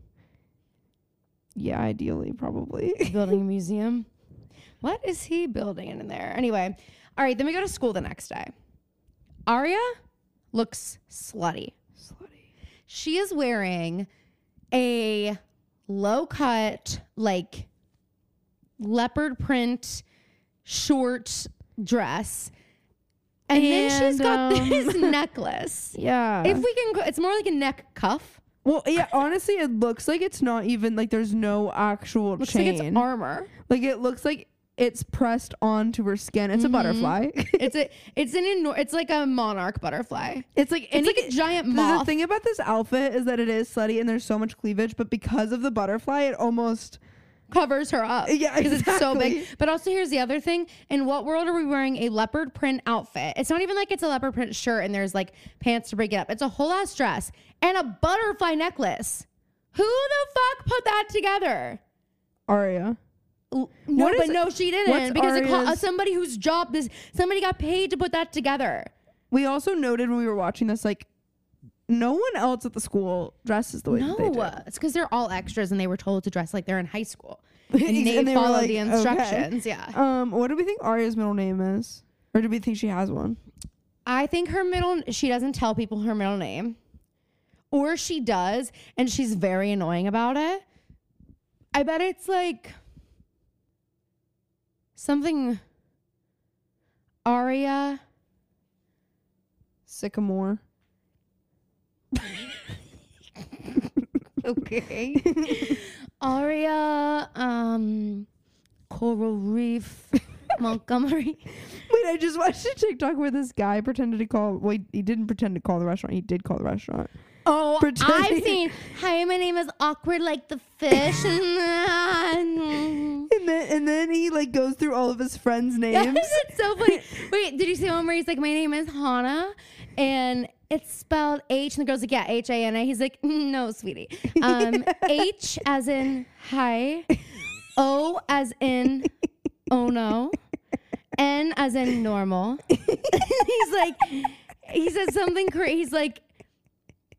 Yeah, ideally, probably.
Building a museum. What is he building in there? Anyway, all right. Then we go to school the next day. Aria looks slutty.
Slutty.
She is wearing a low cut, like leopard print short dress. And, then she's
And,
got
um,
this necklace.
Yeah.
If we can, go- it's more like a neck cuff.
well, yeah. Honestly, it looks like it's not even like there's no actual
Looks
chain.
like it's armor.
Like it looks like it's pressed onto her skin.
Mm-hmm.
It's a butterfly.
It's a, it's an, enor- it's like a monarch butterfly.
it's like
It's like a giant moth.
The thing about this outfit is that it is slutty and there's so much cleavage, but because of the butterfly, it almost
covers her up.
Yeah,
because it's so big.
exactly.
But also, here's the other thing: in what world are we wearing a leopard print outfit? It's not even like it's a leopard print shirt and there's like pants to break it up. It's a whole ass dress and a butterfly necklace. Who the fuck put that together?
Aria.
L- No,
What is-
but no, she
what's
didn't because it caught, uh,
Aria's-
somebody whose job this somebody got paid to put that together.
We also noted when we were watching this, like no one else at the school dresses the way that they
No,
do.
it's because they're all extras and they were told to dress like they're in high school. And,
And
they,
they were
follow
like,
the
okay.
instructions. Yeah.
Um, what do we think Aria's middle name is? Or do we think she has one?
I think her middle she doesn't tell people her middle name. Or she does and she's very annoying about it. I bet it's like something Aria
Sycamore.
okay. Aria um Coral Reef Montgomery.
Wait, I just watched a TikTok where this guy pretended to call. Wait, he didn't pretend to call the restaurant. He did call the restaurant.
Oh,
Pretending-
I've seen. Hi, my name is awkward like the uh, fish.
And then and then he like goes through all of his friends' names.
Yes, it's so funny. Wait, did you see one where he's like, "My name is Hana," and it's spelled H, and the girl's like, "Yeah, H A N A." He's like, "No, sweetie, um, H as in hi, O as in oh no, N as in normal. he's like, he said something crazy. He's like,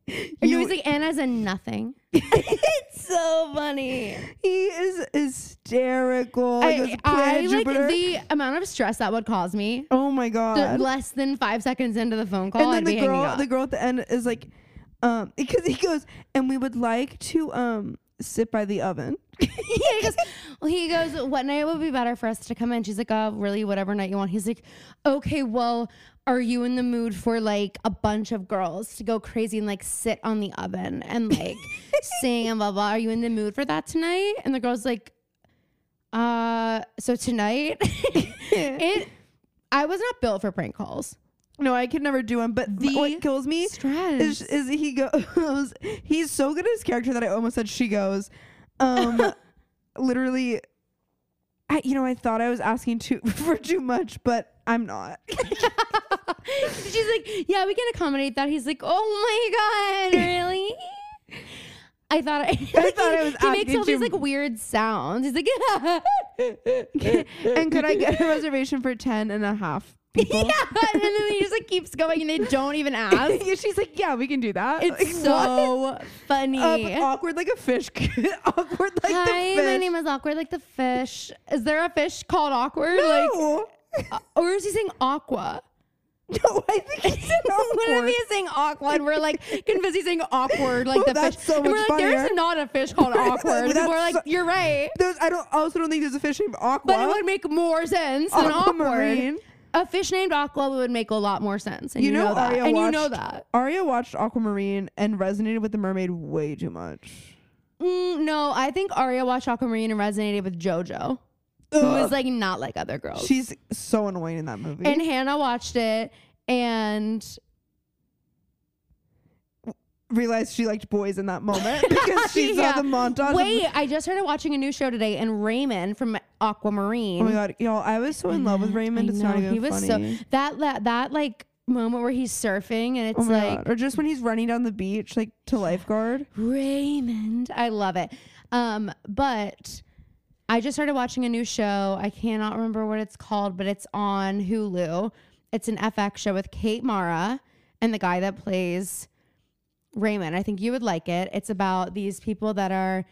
or no,
You-
he's like N as in nothing. it's so funny.
He is hysterical.
I,
like this
I
planet
like
Jupiter.
the amount of stress that would cause me.
oh my
The-
god.
less than five seconds into the phone call,
and then
I'd be
the
hanging
girl,
up.
the girl at the end is like, um, because he goes, and we would like to um sit by the oven.
yeah, he goes, well, he goes, what night would be better for us to come in? She's like, oh, really, whatever night you want. He's like, okay, well, are you in the mood for like a bunch of girls to go crazy and like sit on the oven and like sing and blah, blah? Are you in the mood for that tonight? And the girl's like, uh, so tonight, it, I was not built for prank calls.
No, I could never do one. But
The
what kills me
Stress.
is, is he goes. He's so good at his character that I almost said she goes. Um, literally, I you know I thought I was asking too for too much, but I'm not.
She's like, yeah, we can accommodate that. He's like, oh my god, really? I thought I, like,
thought
he,
I was
He makes
asking
all these
too
like weird sounds. He's like, yeah,
and could I get a reservation for ten and a half people?
and then he just like keeps going, and they don't even ask.
She's like, yeah, we can do that. Like,
It's
what?
so funny.
Um, awkward like a fish. awkward like the
Hi,
fish.
my name is awkward like the fish. Is there a fish called awkward?
no.
Like, uh, or is he saying aqua?
no, I think it's an
Whenever
awkward.
he's saying awkward, we're like convinced he's saying awkward, like
Oh,
the
that's
fish.
so
and we're
much
like, there's
funnier."
not a fish called
Right,
awkward.
that's
And we're like,
so-
you're right.
There's, I don't. I also don't think there's a fish named Aqua.
But it would make more sense than
Aquamarine.
awkward. A fish named Aqua would make a lot more sense. And
You
you, know,
know
that.
Arya
and you know
watched-
that.
Aria watched Aquamarine and resonated with the mermaid way too much.
Mm, no, I think Arya watched Aquamarine and resonated with JoJo, who was like not like other girls.
She's so annoying in that movie.
and Hannah watched it and
realized she liked boys in that moment because she
Yeah.
saw the montage. of-
Wait, I just started watching a new show today and Raymond from Aquamarine.
oh my god, y'all! I was so in love with Raymond.
I
It's not
know,
even
he was
funny. Oh
so that, that that like moment where he's surfing and it's
oh my
like
god. Or just when he's running down the beach, like to lifeguard.
Raymond. I love it. Um, but I just started watching a new show. I cannot remember what it's called, but it's on Hulu. It's an FX show with Kate Mara and the guy that plays Raymond. I think you would like it. It's about these people that are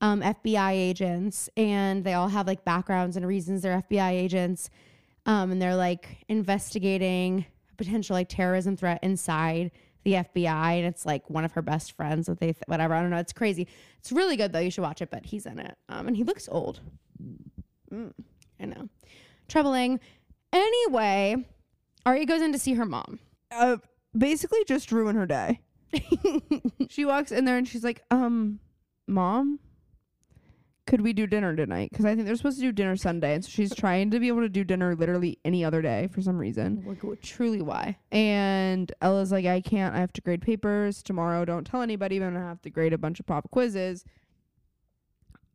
um, FBI agents and they all have like backgrounds and reasons they're FBI agents. Um, and they're like investigating a potential like terrorism threat inside the FBI. And it's like one of her best friends that they, th- whatever. I don't know. It's crazy. It's really good though. You should watch it, but he's in it. Um, and he looks old. Mm, I know. Troubling. Anyway, Arya goes in to see her mom.
uh, basically just ruin her day. she walks in there and she's like, um, mom, could we do dinner tonight? Because I think they're supposed to do dinner Sunday. And so she's trying to be able to do dinner literally any other day for some reason.
Like, w- truly, why?
And Ella's like, I can't. I have to grade papers tomorrow. Don't tell anybody. But I'm going to have to grade a bunch of pop quizzes.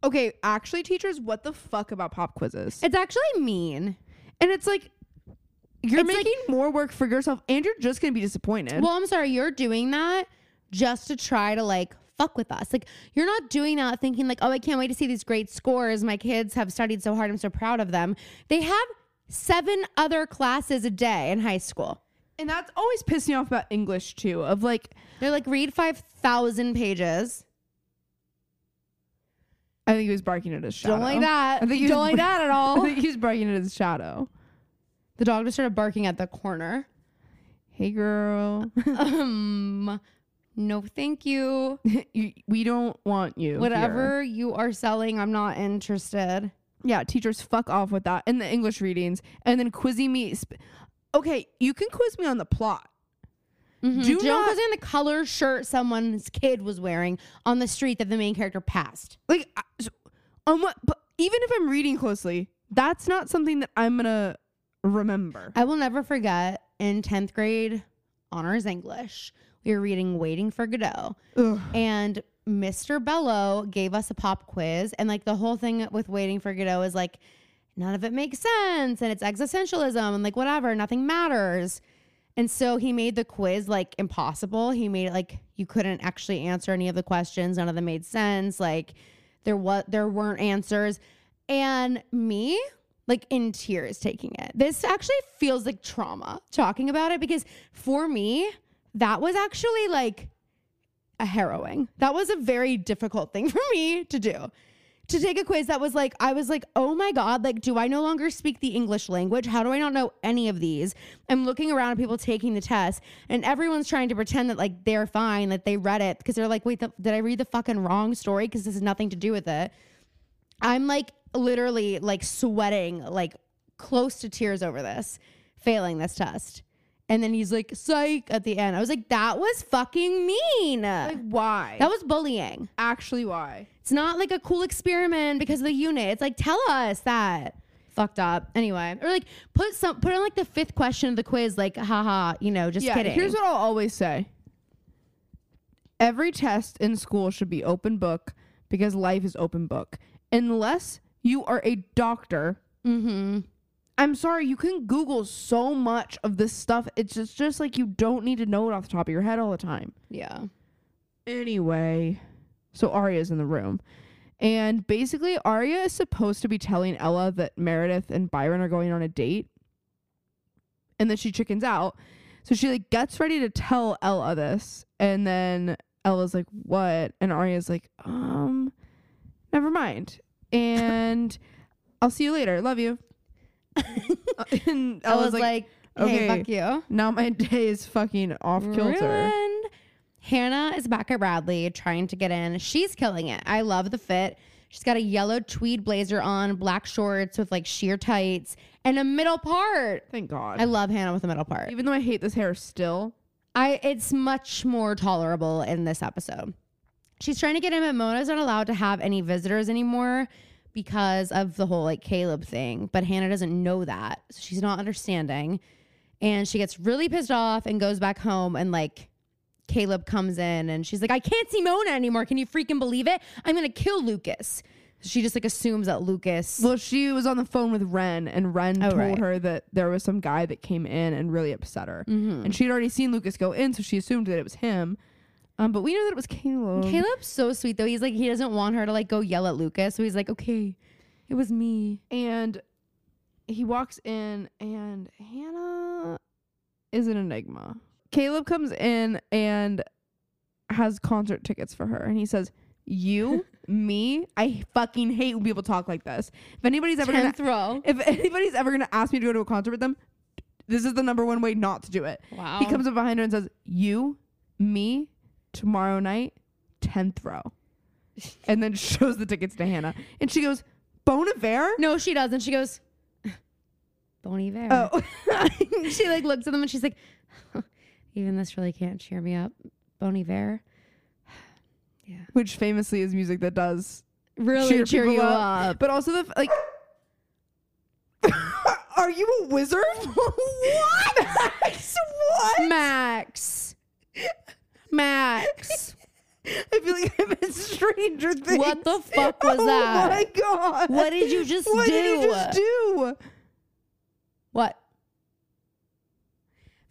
Okay, actually, teachers, what the fuck about pop quizzes?
It's actually mean.
And it's like, you're
It's like-
making more work for yourself, and you're just going to be disappointed.
Well, I'm sorry, you're doing that just to try to like fuck with us. Like you're not doing that thinking like, oh, I can't wait to see these great scores. My kids have studied so hard. I'm so proud of them. They have seven other classes a day in high school.
And that's always pissed me off about English too. Of like,
They're like, read five thousand pages.
I think he was barking at his shadow.
Don't like that.
I think he
Don't
was-
like that at
I
all.
think he was barking at his shadow.
The dog just started barking at the corner.
Hey, girl,
um, no, thank you.
you, we don't want you. here.
Whatever you are selling, I'm not interested.
Yeah, teachers, fuck off with that. And the English readings, and then quizzing me. Sp- okay, you can quiz me on the plot. Do
Do
not-
not was Mm-hmm. in the color shirt someone's kid was wearing on the street that the main character passed.
Like, I- so, on what? But even if I'm reading closely, that's not something that I'm gonna remember.
I will never forget in 10th grade honors English, we were reading Waiting for Godot,
Ugh.
and Mr. Bello gave us a pop quiz. And like the whole thing with Waiting for Godot is like, none of it makes sense, and it's existentialism, and like whatever, nothing matters. And so he made the quiz like impossible. He made it like you couldn't actually answer any of the questions. None of them made sense. Like there was there weren't answers. And me, like in tears taking it. This actually feels like trauma talking about it because for me, that was actually like a harrowing. That was a very difficult thing for me to do. To take a quiz that was like, I was like, oh my God, like, do I no longer speak the English language? How do I not know any of these? I'm looking around at people taking the test, and everyone's trying to pretend that like they're fine, that they read it, because they're like, wait, th- did I read the fucking wrong story? Because this has nothing to do with it. I'm like literally like sweating, like close to tears over this, failing this test. And then he's like, psych at the end. I was like, that was fucking mean.
Like why?
that was bullying.
actually why.
It's not like a cool experiment because of the unit. It's like, tell us that. Fucked up. Anyway. Or like put some put on like the fifth question of the quiz, like, haha, you know, just
yeah.
kidding.
Here's what I'll always say. Every test in school should be open book because life is open book. Unless you are a doctor
mm-hmm.
I'm sorry, you can Google so much of this stuff. It's just, just like you don't need to know it off the top of your head all the time.
Yeah.
Anyway, so Arya's in the room. And basically, Arya is supposed to be telling Ella that Meredith and Byron are going on a date. And then she chickens out. So she like gets ready to tell Ella this. And then Ella's like, what? And Arya's like, um, never mind. And I'll see you later. Love you. Uh, and
I was like, hey,
okay.
fuck you.
now my day is fucking off kilter.
Ruined. Hannah is back at Radley trying to get in. She's killing it. I love the fit. She's got a yellow tweed blazer on, black shorts with like sheer tights, and a middle part.
Thank God.
I love Hannah with a middle part.
Even though I hate this hair still.
I it's much more tolerable in this episode. She's trying to get him at Mona's not allowed to have any visitors anymore because of the whole like Caleb thing, but Hannah doesn't know that. So she's not understanding. And she gets really pissed off and goes back home and like Caleb comes in and she's like, I can't see Mona anymore. Can you freaking believe it? I'm gonna kill Lucas. She just like assumes that Lucas
Well, she was on the phone with Ren, and Ren
Oh,
told
right. Mm.
her that there was some guy that came in and really upset her.
Mm-hmm.
And she'd already seen Lucas go in, so she assumed that it was him. Um, but we knew that it was Caleb.
Caleb's so sweet though. He's like he doesn't want her to like go yell at Lucas. So he's like, Okay, it was me.
And he walks in, and Hannah is an enigma. Caleb comes in and has concert tickets for her, and he says, "You, me, I fucking hate when people talk like this. If anybody's ever gonna
Tenth row.
If anybody's ever gonna ask me to go to a concert with them, this is the number one way not to do it.
Wow.
He comes up behind her and says, "You, me, tomorrow night, tenth row," and then shows the tickets to Hannah, and she goes, "Bon Iver."
No, she doesn't. She goes, Bon Iver.
Oh,
she like looks at them and she's like, even this really can't cheer me up. Bon Iver.
which famously is music that does
Really
cheer,
cheer,
people
you
up.
up.
but also the f- like. Are you a wizard? what? what?
Max. Max.
I feel like I'm in Stranger Things.
What the fuck was
oh
that?
my god!
What did you just
What
do?
did you just do?
What?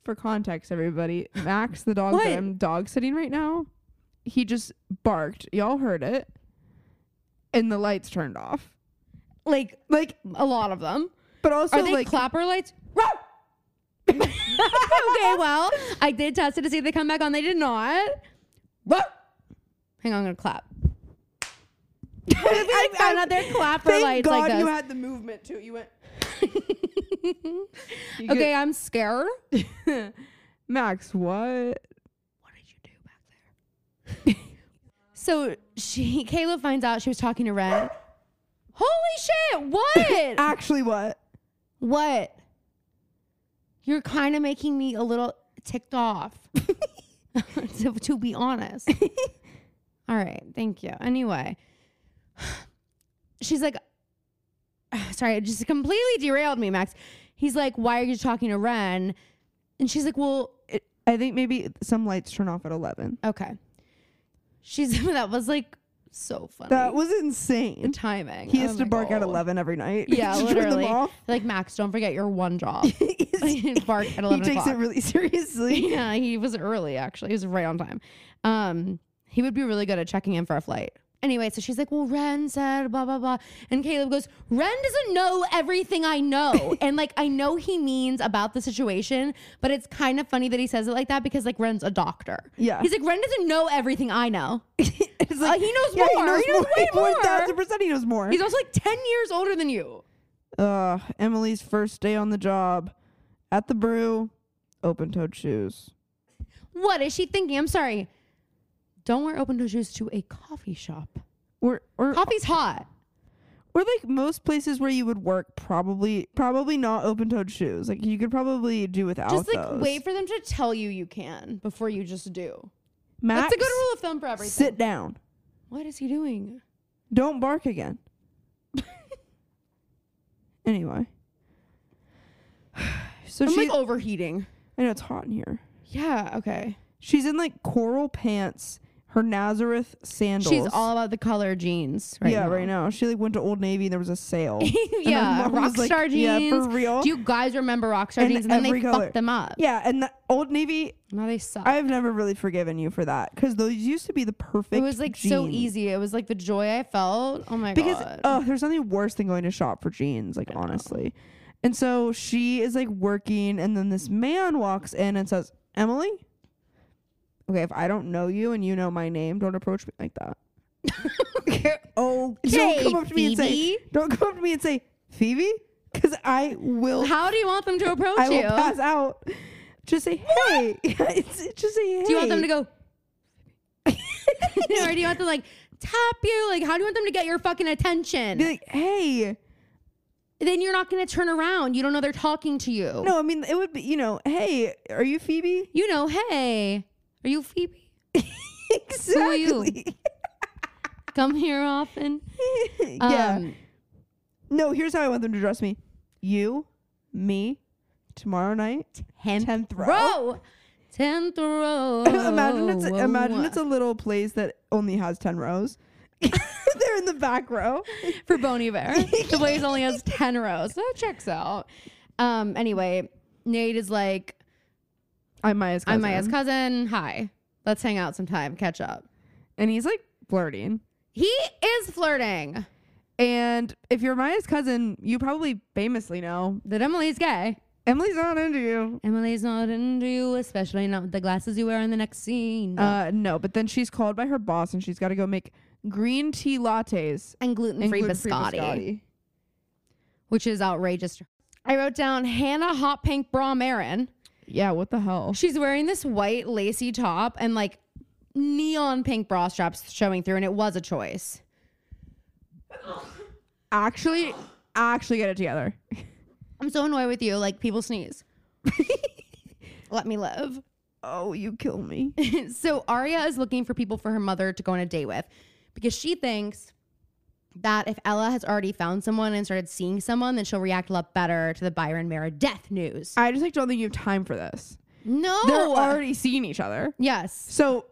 For context, everybody, Max, the dog
What?
that I'm dog sitting right now, he just barked. Y'all heard it, and the lights turned off.
Like
Like,
a lot of them.
but also
Are they
like,
clapper lights? okay, well, I did test it to see if they come back on. They did not. Hang on, I'm gonna clap. I found out they're clapper
thank
lights
God
like this.
you had the movement too. You went. You
okay, I'm scared.
could- Max, what?
What did you do back there? so she, Kayla finds out she was talking to Ren. Holy shit! What?
Actually, what?
what? You're kind of making me a little ticked off. to, to be honest. All right, thank you. Anyway, she's like, sorry, it just completely derailed me, Max. He's like, why are you talking to Ren? And she's like, well,
It, I think maybe some lights turn off at eleven.
Okay. She's that was like so funny.
That was
the
insane.
timing.
He has
Oh
to
my
bark at
God.
eleven every night.
Yeah,
to turn them
literally.
off.
Like Max, don't forget your one job. bark at
he
eleven
takes
o'clock.
it really seriously.
yeah, he was early actually. He was right on time. Um, he would be really good at checking in for a flight. Anyway, so she's like, well, Ren said blah, blah, blah. And Caleb goes, Ren doesn't know everything I know. and like, I know he means about the situation, but it's kind of funny that he says it like that because like Ren's a doctor.
Yeah.
He's like, Ren doesn't know everything I know.
it's
Uh,
like,
he knows more. He knows way more.
One thousand percent, he knows more.
He's also like 10 years older than you.
Ugh, Emily's first day on the job, at the brew, open-toed shoes.
What is she thinking? I'm sorry. Don't wear open toe shoes to a coffee shop.
Or or
Coffee's hot.
or like most places where you would work, probably probably not open-toed shoes. Like you could probably do without.
Just like
those.
wait for them to tell you you can before you just do.
Max,
That's a good rule of thumb for everything.
Sit down.
What is he doing?
Don't bark again. anyway. So
I'm
she
like oh. overheating.
I know it's hot in here.
Yeah, okay.
She's in like coral pants, her Nazareth sandals.
She's all about the color jeans right
yeah,
now.
right now. She like went to Old Navy and there was a sale. And her
yeah,
mom was
Rockstar
like,
jeans.
Yeah, for real.
Do you guys remember Rockstar
And
jeans? And then they
every color.
fucked them up.
yeah, and the Old Navy,
Now they suck.
I've never really forgiven you for that because those used to be the perfect.
it was like so
jean.
easy. It was like the joy I felt. Oh my
because
god.
oh, there's nothing worse than going to shop for jeans, like honestly. And so she is like working, and then this man walks in and says, "Emily, okay, if I don't know you and you know my name, don't approach me like that." oh, don't
Okay,
come up to me and say,
Phoebe.
"Don't come up to me and say, Phoebe," because I will,
How do you want them to approach
I
you?
will pass out. Just say, "Hey," it's, just say, "Hey."
Do you want them to go? or do you want them to like tap you? Like, how do you want them to get your fucking attention?
Be like, "Hey."
then you're not going to turn around. You don't know they're talking to you.
No, I mean it would be, you know, "Hey, are you Phoebe?"
You know, hey, are you Phoebe?
exactly.
are you? Come here often.
yeah.
Um,
no, here's how I want them to dress me. You, me, tomorrow night.
tenth,
Tenth row.
row. Tenth row.
imagine
Oh,
it's imagine it's a little place that only has ten rows. They're in the back row.
for Boney Bear. the blaze only has 10 rows. That checks out. Um, anyway, Nate is like,
I'm Maya's cousin.
I'm Maya's cousin. Hi. Let's hang out sometime, catch up.
And he's like flirting.
He is flirting
And if you're Maya's cousin, you probably famously know
that Emily's gay.
Emily's not into you.
Emily's not into you, especially not with the glasses you wear in the next scene.
Uh, no, but then she's called by her boss and she's got to go make green tea lattes
and gluten
and
free
gluten-free
biscotti, which is outrageous. I wrote down Hannah Hot Pink Bra Marin.
Yeah, what the hell?
She's wearing this white lacy top and like neon pink bra straps showing through, and it was a choice.
actually actually get it together.
I'm so annoyed with you. Like, people sneeze. Let me live.
Oh, you kill me.
so Arya is looking for people for her mother to go on a date with because she thinks that if Ella has already found someone and started seeing someone, then she'll react a lot better to the Byron Mara death news.
I just like don't think you have time for this.
no.
They're already seeing each other.
yes.
So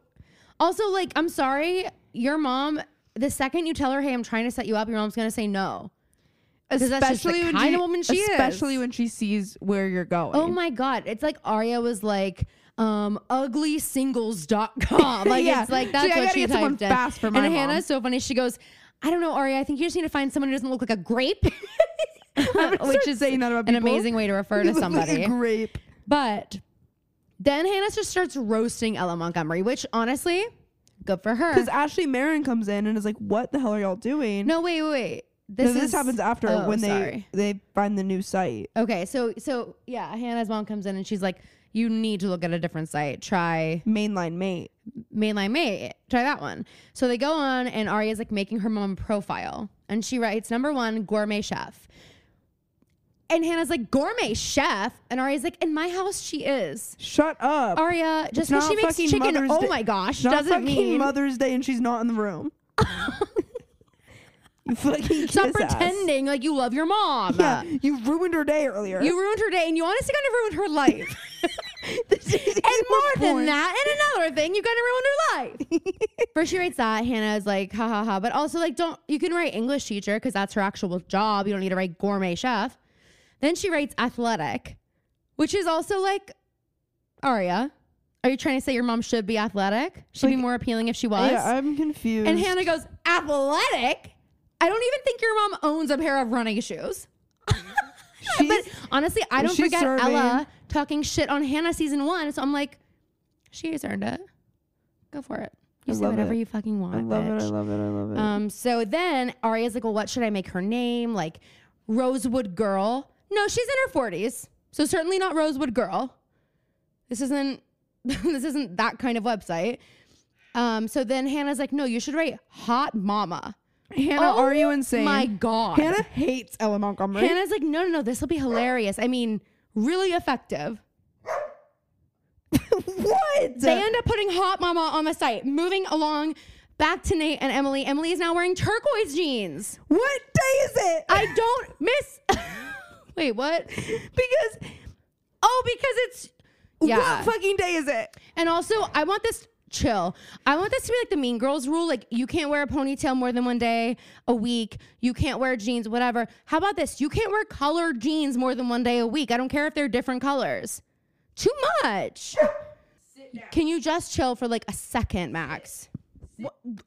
Also, like, I'm sorry, your mom, the second you tell her, hey, I'm trying to set you up, your mom's going to say no. Because that's just the
especially when
kind
she,
of woman she is.
especially when she sees where you're going.
Oh my God. It's like Arya was like, um, uglysingles.com. Like,
Yeah.
it's like,
She's
that's
like, I
what
gotta
she
get
typed
someone
in.
fast for my
and
mom.
Hannah's so funny. She goes, I don't know, Arya. I think you just need to find someone who doesn't look like a grape,
Which is saying that about
an
people.
amazing way to refer to
You look like
somebody.
a grape.
But then Hannah just starts roasting Ella Montgomery, which honestly, good for her.
Because Ashley Marin comes in and is like, "What the hell are y'all doing?"
No, wait, wait, wait. This,
this, this
is-
happens after
Oh,
when they
sorry.
they find the new site.
Okay, so so yeah, Hannah's mom comes in and she's like, "You need to look at a different site. Try
Mainline mate.
Mainline Mate. Try that one." So they go on, and Arya's like making her mom a profile, and she writes number one gourmet chef, and Hannah's like gourmet chef, and Arya's like, "In my house, she is."
Shut up.
Arya, just because
not
Oh, she makes
fucking
chicken,
Mother's
oh
Day-
my gosh,
Not
doesn't
fucking
mean
Mother's Day and she's not in the room. you fucking
stop
kiss ass.
pretending like you love your mom.
Yeah, you ruined her day earlier.
You ruined her day, and you honestly kind of ruined her life. and more than that, and another thing, you kind of ruined her life. First, she writes that Hannah is like, ha ha ha. But also, like, don't you can write English teacher because that's her actual job. You don't need to write gourmet chef. Then she writes athletic, which is also like Aria. Are you trying to say your mom should be athletic? She'd be
Like-
more appealing if she was.
Yeah, I'm confused.
and Hannah goes, athletic? I don't even think your mom owns a pair of running shoes. but
She's-
honestly, I don't
she's
forget
serving-
Ella talking shit on Hannah season one. So I'm like, she's earned it. Go for it. You
I
say
love
whatever
it.
you fucking want.
I love
bitch.
it. I love it. I love it.
Um, so then Arya's like, well, what should I make her name? Like Rosewood Girl. No, she's in her forties, so certainly not Rosewood Girl. This isn't this isn't that kind of website. Um, so then Hannah's like, no, you should write Hot Mama.
Hannah,
Oh
are you insane?
My God.
Hannah hates Ella Montgomery.
Hannah's like, no, no, no, this will be hilarious. I mean, really effective.
what?
They end up putting Hot Mama on the site. Moving along back to Nate and Emily. Emily is now wearing turquoise jeans.
what day is it?
I don't miss. Wait, what?
because
Oh, because it's yeah.
what fucking day is it?
and also, I want this chill. I want this to be like the Mean Girls rule. Like you can't wear a ponytail more than one day a week. You can't wear jeans, whatever. How about this? You can't wear colored jeans more than one day a week. I don't care if they're different colors. Too much. Can you just chill for like a second, Max?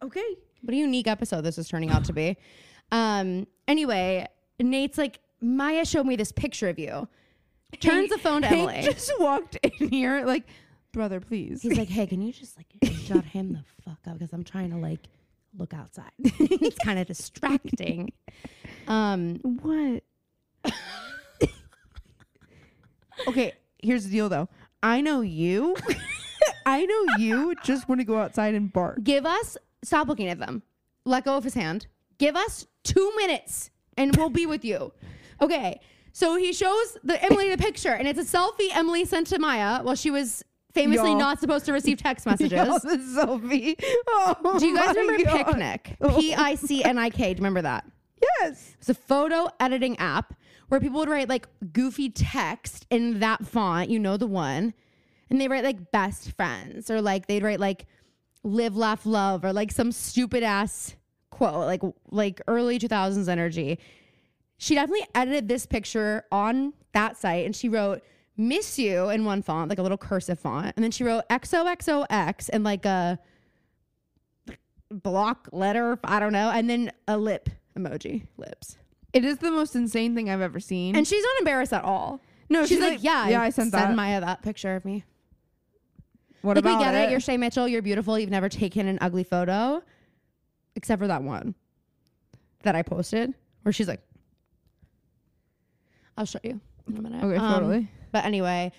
Okay.
What a unique episode this is turning out to be. Um, anyway, Nate's like, Maya showed me this picture of you. Turns the phone to
Hank
Emily.
just walked in here like, brother, please.
He's like, hey, can you just like shut him the fuck up? Because I'm trying to like look outside. it's kind of distracting. Um,
what? okay. Here's the deal, though. I know you. I know you just want to go outside and bark.
give us, stop looking at them. Let go of his hand. Give us two minutes and we'll be with you. Okay. So he shows the Emily the picture and it's a selfie Emily sent to Maya while she was famously
Y'all.
not supposed to receive text messages.
Oh, the selfie. Oh,
Do you guys
my
remember
God.
Picnic?
Oh.
P I C N I K. Do you remember that?
Yes.
It's a photo editing app where people would write like goofy text in that font, you know the one. And they write like best friends or like they'd write like live, laugh, love or like some stupid ass quote, like like early 2000s energy. She definitely edited this picture on that site and she wrote miss you in one font, like a little cursive font. And then she wrote XOXOX in like a block letter, I don't know, and then a lip emoji, lips.
It is the most insane thing I've ever seen.
And she's not embarrassed at all.
Mm-hmm. no,
she's, like, yeah,
yeah, I sent
send
that.
Maya that picture of me.
what
Like,
about
we get it.
it?
You're Shay Mitchell. You're beautiful. You've never taken an ugly photo, except for that one that I posted where she's like, I'll show you in a minute.
Okay,
Um,
totally.
But anyway,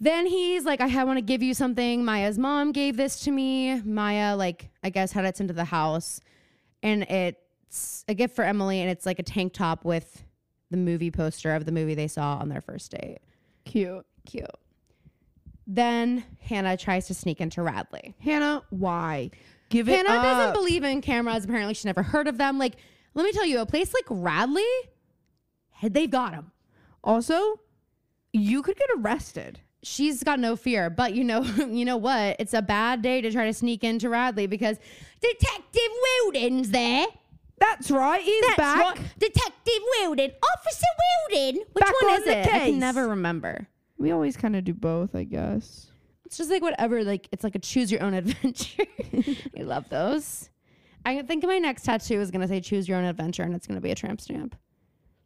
then he's like, I want to give you something. Maya's mom gave this to me. Maya, like, I guess, had it sent to the house. And it's a gift for Emily. And it's like a tank top with the movie poster of the movie they saw on their first date.
Cute.
Cute. Then Hannah tries to sneak into Radley.
Hannah, why? Give it
Hannah doesn't
up.
believe in cameras. Apparently, she's never heard of them. Like, let me tell you, a place like Radley, they've got them.
also, you could get arrested.
She's got no fear, but you know, you know what? It's a bad day to try to sneak into Radley because Detective Wilden's there.
That's right. He's
That's
back.
right. Detective Wilden, Officer Wilden. Which
Back
one
on
is
the
it? I can
case.
never remember.
We always kind of do both, I guess.
It's just like whatever, like it's like a choose your own adventure. I love those. I think my next tattoo is gonna say choose your own adventure and it's gonna be a tramp stamp.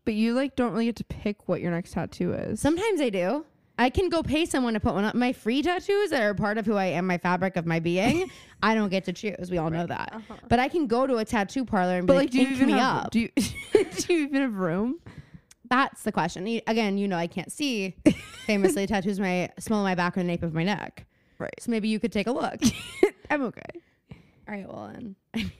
But you like don't really get to pick what your next tattoo is.
Sometimes I do. I can go pay someone to put one up. My free tattoos that are part of who I am, my fabric of my being, I don't get to choose. We all know that. But I can go to a tattoo parlor and be like,
Uh-huh. but like, do you
"Ink
even
me
have?
up.
Do you do you even have room?
That's the question. You- Again, you know I can't see. Famously, tattoos my small of my back and the nape of my neck.
Right.
So maybe you could take a look.
I'm okay.
All right, well, then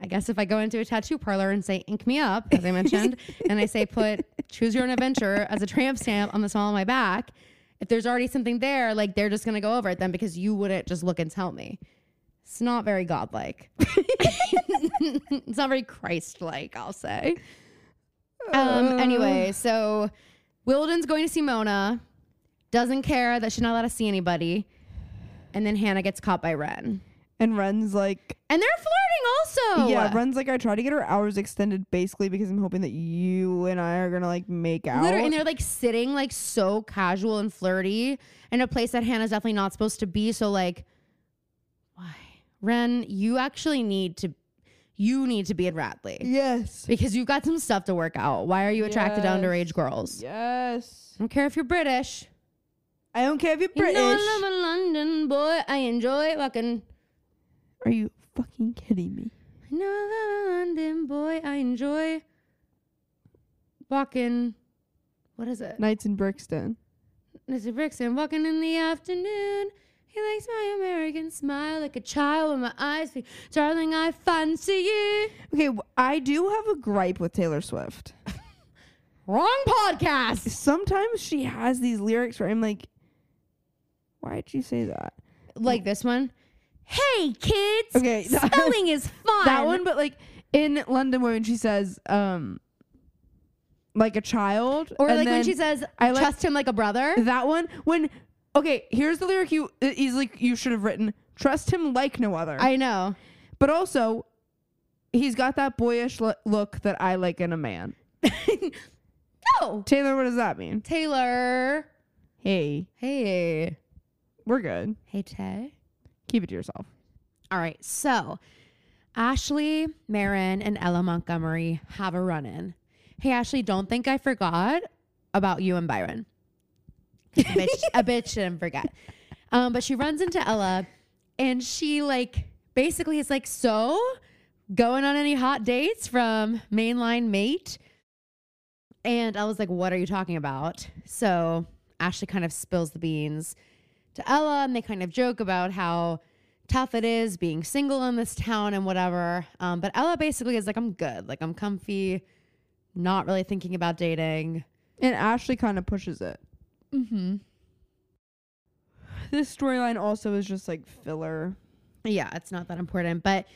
I guess if I go into a tattoo parlor and say "ink me up," as I mentioned, and I say put "choose your own adventure" as a tramp stamp on the small of my back, if there's already something there, like they're just gonna go over it then because you wouldn't just look and tell me. It's not very godlike. it's not very Christ-like, I'll say. Um. Anyway, so Wilden's going to see Mona. Doesn't care that she's not allowed to see anybody. And then Hannah gets caught by Ren.
And Ren's like,
And they're flirting also.
yeah, Ren's like, I try to get her hours extended basically because I'm hoping that you and I are gonna like make out.
Literally, and they're like sitting like so casual and flirty in a place that Hannah's definitely not supposed to be. So like, why, Ren? You actually need to, you need to be at Radley
yes.
because you've got some stuff to work out. Why are you attracted
Yes.
to underage girls?
Yes.
I don't care if you're British.
I don't care if you're
You
British.
know I love a London boy. I enjoy fucking.
are you fucking kidding me?
I know I love a London boy. I enjoy walking. What is it?
Knights in Brixton.
Mr. Brixton walking in the afternoon. He likes my American smile like a child with my eyes. be- Darling, I fancy you.
Okay, w- I do have a gripe with Taylor Swift.
Wrong podcast.
Sometimes she has these lyrics where I'm like, why did you say that?
Like this one. Hey, kids.
Okay, that-
Spelling is fun.
That one, but like in London Woman, she says, um, like a child.
Or
and
like when
then
she says,
I like-
trust him like a brother.
that one. When okay, here's the lyric you uh, is like you should have written. Trust him like no other.
I know.
but also, he's got that boyish lo- look that I like in a man.
No.
Taylor, what does that mean?
Taylor.
Hey,
Hey.
we're good.
Hey, Tay.
Keep it to yourself.
All right. So Ashley, Marin, and Ella Montgomery have a run in. Hey, Ashley, don't think I forgot about you and Byron. 'Cause A bitch, a bitch didn't forget. Um, but she runs into Ella and she, like, basically is like, So, going on any hot dates from mainline mate? And I was like, What are you talking about? So Ashley kind of spills the beans to Ella and they kind of joke about how tough it is being single in this town and whatever. Um, but Ella basically is like, I'm good. Like, I'm comfy, not really thinking about dating.
And Ashley kind of pushes it.
Mm-hmm.
This storyline also is just like filler.
Yeah, it's not that important. But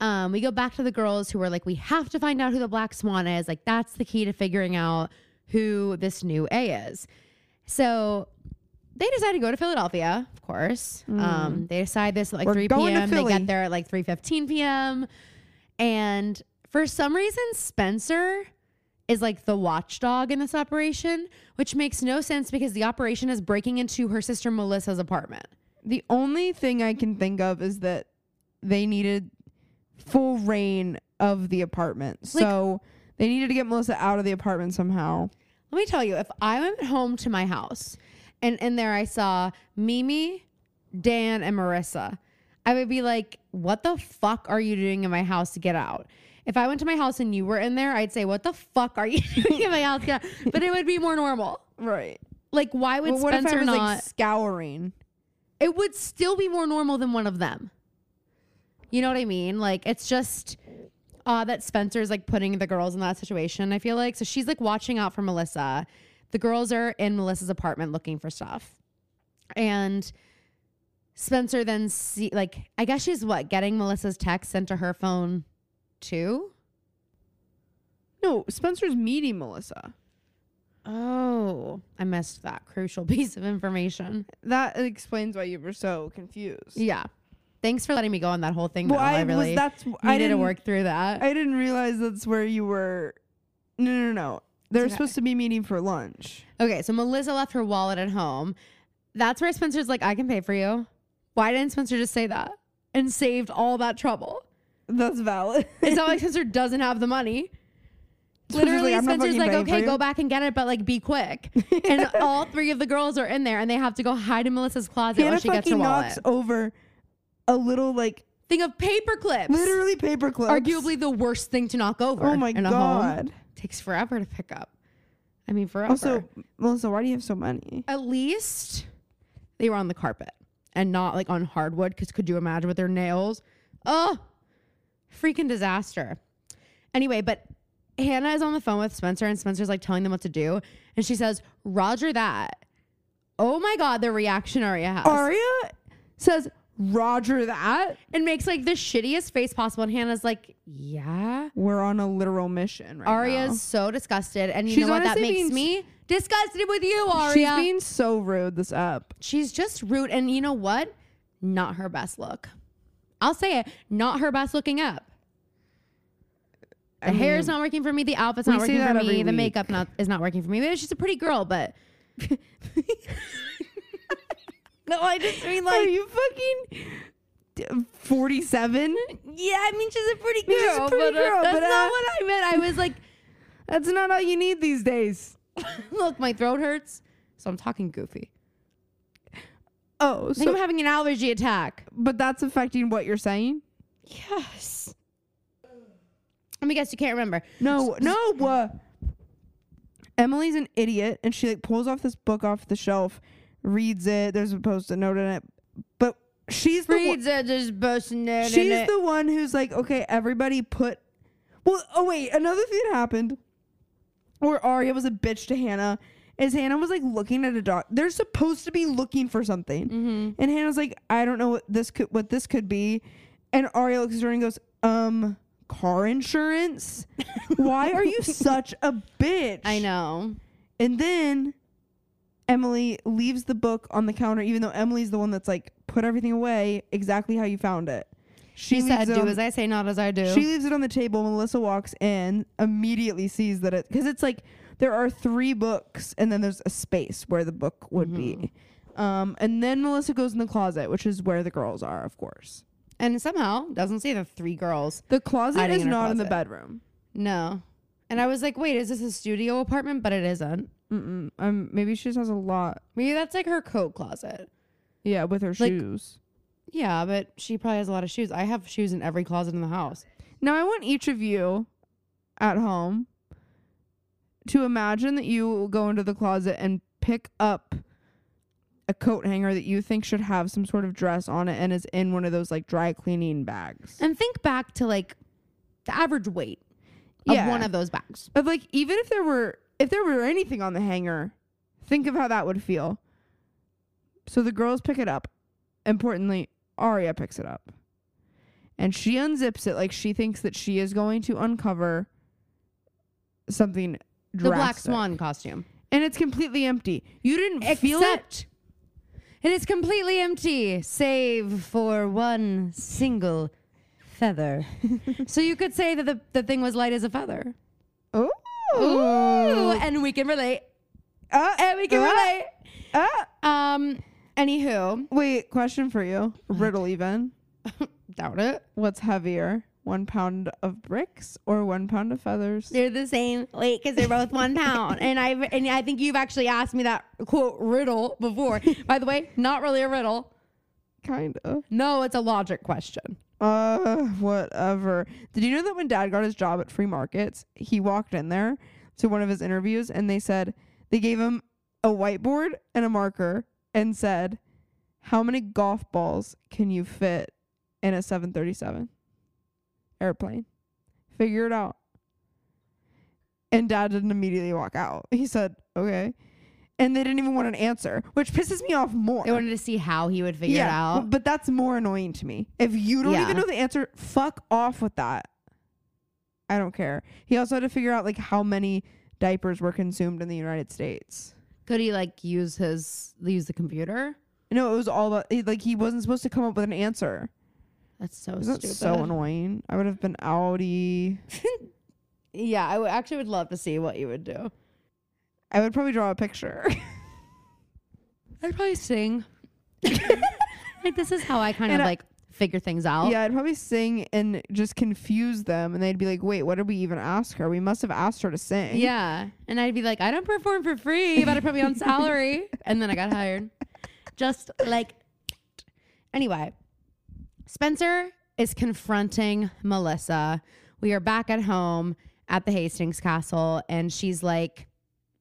um, we go back to the girls who were like, we have to find out who the black swan is. Like, that's the key to figuring out who this new A is. So they decide to go to Philadelphia, of course. Um, they decide this at like
Mm. We're
3
going to
p.m. They
Philly.
get there at like 3.15 p.m. And for some reason, Spencer is like the watchdog in this operation, which makes no sense because the operation is breaking into her sister Melissa's apartment.
The only thing I can think of is that they needed full reign of the apartment. so they needed to get Melissa out of the apartment somehow.
Let me tell you, if I went home to my house and in there I saw Mimi, Dan, and Marissa, I would be like, what the fuck are you doing in my house to get out? If I went to my house and you were in there, I'd say, what the fuck are you doing in my house? Get out? But it would be more normal.
Right.
Like, why would
But what if I
Spencer
was
not?
like scouring?
it would still be more normal than one of them. You know what I mean? Like it's just uh that Spencer's like putting the girls in that situation, I feel like. So she's like watching out for Melissa. The girls are in Melissa's apartment looking for stuff. And Spencer then see like I guess she's what, getting Melissa's text sent to her phone too?
No, Spencer's meeting Melissa.
Oh, I missed that crucial piece of information.
That explains why you were so confused.
Yeah. Thanks for letting me go on that whole thing.
Well,
though. I,
I,
really
was. That's I
needed to
didn't
work through that.
I didn't realize that's where you were. No, no, no. They're
okay.
supposed to be meeting for lunch.
Okay, so Melissa left her wallet at home. That's where Spencer's like, I can pay for you. Why didn't Spencer just say that and saved all that trouble?
That's valid.
It's not like Spencer doesn't have the money.
Spencer's
Literally,
like, "I'm not
Spencer's
fucking
like,
paying for
okay,
you."
go back and get it, but like, be quick. and all three of the girls are in there, and they have to go hide in Melissa's closet
Hannah
while she gets her
fucking knocks
wallet.
over a little like
Think of paper clips.
literally paper clips.
arguably the worst thing to knock over.
Oh my
in a home.
god.
takes forever to pick up. I mean, forever.
Also, Melissa, why do you have so many?
at least they were on the carpet and not like on hardwood because could you imagine with their nails oh freaking disaster anyway but hannah is on the phone with spencer and spencer's like telling them what to do and she says roger that oh my god the reaction aria has
Aria says, "Roger that.
and makes like the shittiest face possible and hannah's like yeah
We're on a literal mission right
Aria's so disgusted and you
She's
know what that
honestly
makes
being
me disgusted with you
now."
aria
She's being so rude this up.
she's just rude and you know what not her best look I'll say it. Not her best looking up. The
I
hair is
mean,
not working for me. The outfit's
we
not
say
working for
that every
me. The
week.
makeup not is not working for me. Maybe she's a pretty girl, but no, I just mean
Are you fucking forty-seven?
yeah, I mean she's a pretty girl,
She's a pretty
but, uh,
girl,
that's
but,
not
uh,
what I meant. I was like,
That's not all you need these days.
look, my throat hurts, so I'm talking goofy.
Oh,
I think
so
I'm having an allergy attack.
but that's affecting what you're saying.
Yes. Let me guess, you can't remember.
No, no. uh, Emily's an idiot, and she like pulls off this book off the shelf, reads it. There's a post-it note in it, but she's the one,
Reads it, just busting it. in
she's
it.
the one who's like, okay, everybody put. Well, oh wait, another thing that happened, where Arya was a bitch to Hannah, is Hannah was like looking at a dog. They're supposed to be looking for something,
Mm-hmm.
and Hannah's like, I don't know what this could what this could be, and Arya looks at her and goes, um. Car insurance? Why are you such a bitch?
I know.
And then Emily leaves the book on the counter, even though Emily's the one that's like, put everything away exactly how you found it.
She said,
leaves it
"Do
on-
as I say, not as I do."
she leaves it on the table. Melissa walks in, immediately sees that it because it's like there are three books, and then there's a space where the book would be.
Mm-hmm.
Um, and then Melissa goes in the closet, which is where the girls are, of course.
and somehow doesn't see the three girls.
The closet
Hiding
is
in her
not in the
closet.
bedroom.
No. And I was like, wait, is this a studio apartment? But it isn't.
Mm-mm. Um, maybe she just has a lot.
Maybe that's like her coat closet.
Yeah, with her
Like-
shoes.
Yeah, but she probably has a lot of shoes. I have shoes in every closet in the house.
Now I want each of you at home to imagine that you will go into the closet and pick up a coat hanger that you think should have some sort of dress on it and is in one of those like dry cleaning bags.
And think back to like the average weight of
Yeah.
one of those bags.
Of like even if there were if there were anything on the hanger, think of how that would feel. So the girls pick it up. Importantly, Arya picks it up. And she unzips it like she thinks that she is going to uncover something drastic.
The black swan costume.
And it's completely empty. You didn't feel it.
Except it is completely empty, save for one single feather. so you could say that the, the thing was light as a feather.
Oh.
Ooh, and we can relate.
Uh,
And we can
uh,
relate.
uh.
Um, anywho,
Wait, question for you. Riddle even.
doubt it.
What's heavier? One pound of bricks or one pound of feathers?
They're the same weight because they're both one pound. And I and I think you've actually asked me that quote riddle before. By the way, not really a riddle.
Kind of.
No, it's a logic question.
Uh, whatever. Did you know that when dad got his job at Free Markets, he walked in there to one of his interviews and they said, they gave him a whiteboard and a marker and said, How many golf balls can you fit in a 737 airplane? Figure it out. And dad didn't immediately walk out. He said, Okay. And they didn't even want an answer, which pisses me off more
They wanted to see how he would figure it
well,
out.
But that's more annoying to me. If you don't
Yeah.
even know the answer, fuck off with that. I don't care. He also had to figure out like how many diapers were consumed in the United States.
Could he like use his use the computer?
No, it was all about he, like he wasn't supposed to come up with an answer.
That's so
Isn't that
stupid.
so annoying? I would have been outy.
yeah, I would actually would love to see what you would do.
I would probably draw a picture.
I'd probably sing. like this is how I kind
And
of
I-
like figure things out.
yeah, I'd probably sing and just confuse them, and they'd be like, "Wait, what did we even ask her? We must have asked her to sing."
Yeah. And I'd be like, I don't perform for free. You better put me on salary. and then I got hired. Just like, anyway, Spencer is confronting Melissa. We are back at home at the Hastings Castle, and she's like,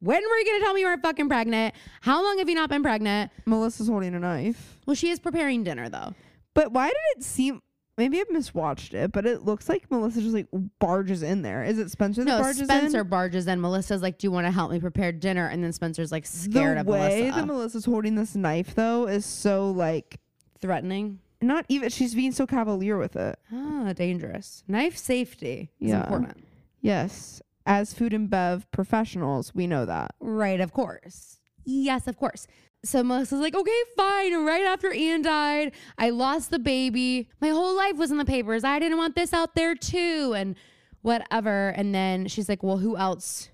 when were you going to tell me you were fucking pregnant? How long have you not been pregnant?
Melissa's holding a knife.
Well, she is preparing dinner, though.
But why did it seem? Maybe I miswatched it, but it looks like Melissa just like barges in there. Is it Spencer that
No,
barges
Spencer
in?
barges in. Melissa's like, do you want to help me prepare dinner? And then Spencer's like scared
The
of
way
Melissa.
that Melissa's holding this knife though is so like
Threatening.
not even. She's being so cavalier with it.
Ah, dangerous. Knife safety is
Yeah.
important.
Yes, as food and bev professionals, we know that.
Right, of course. Yes, of course. so Melissa's like, okay, fine. Right after Ian died, I lost the baby. My whole life was in the papers. I didn't want this out there too, and whatever. And then she's like, well, who else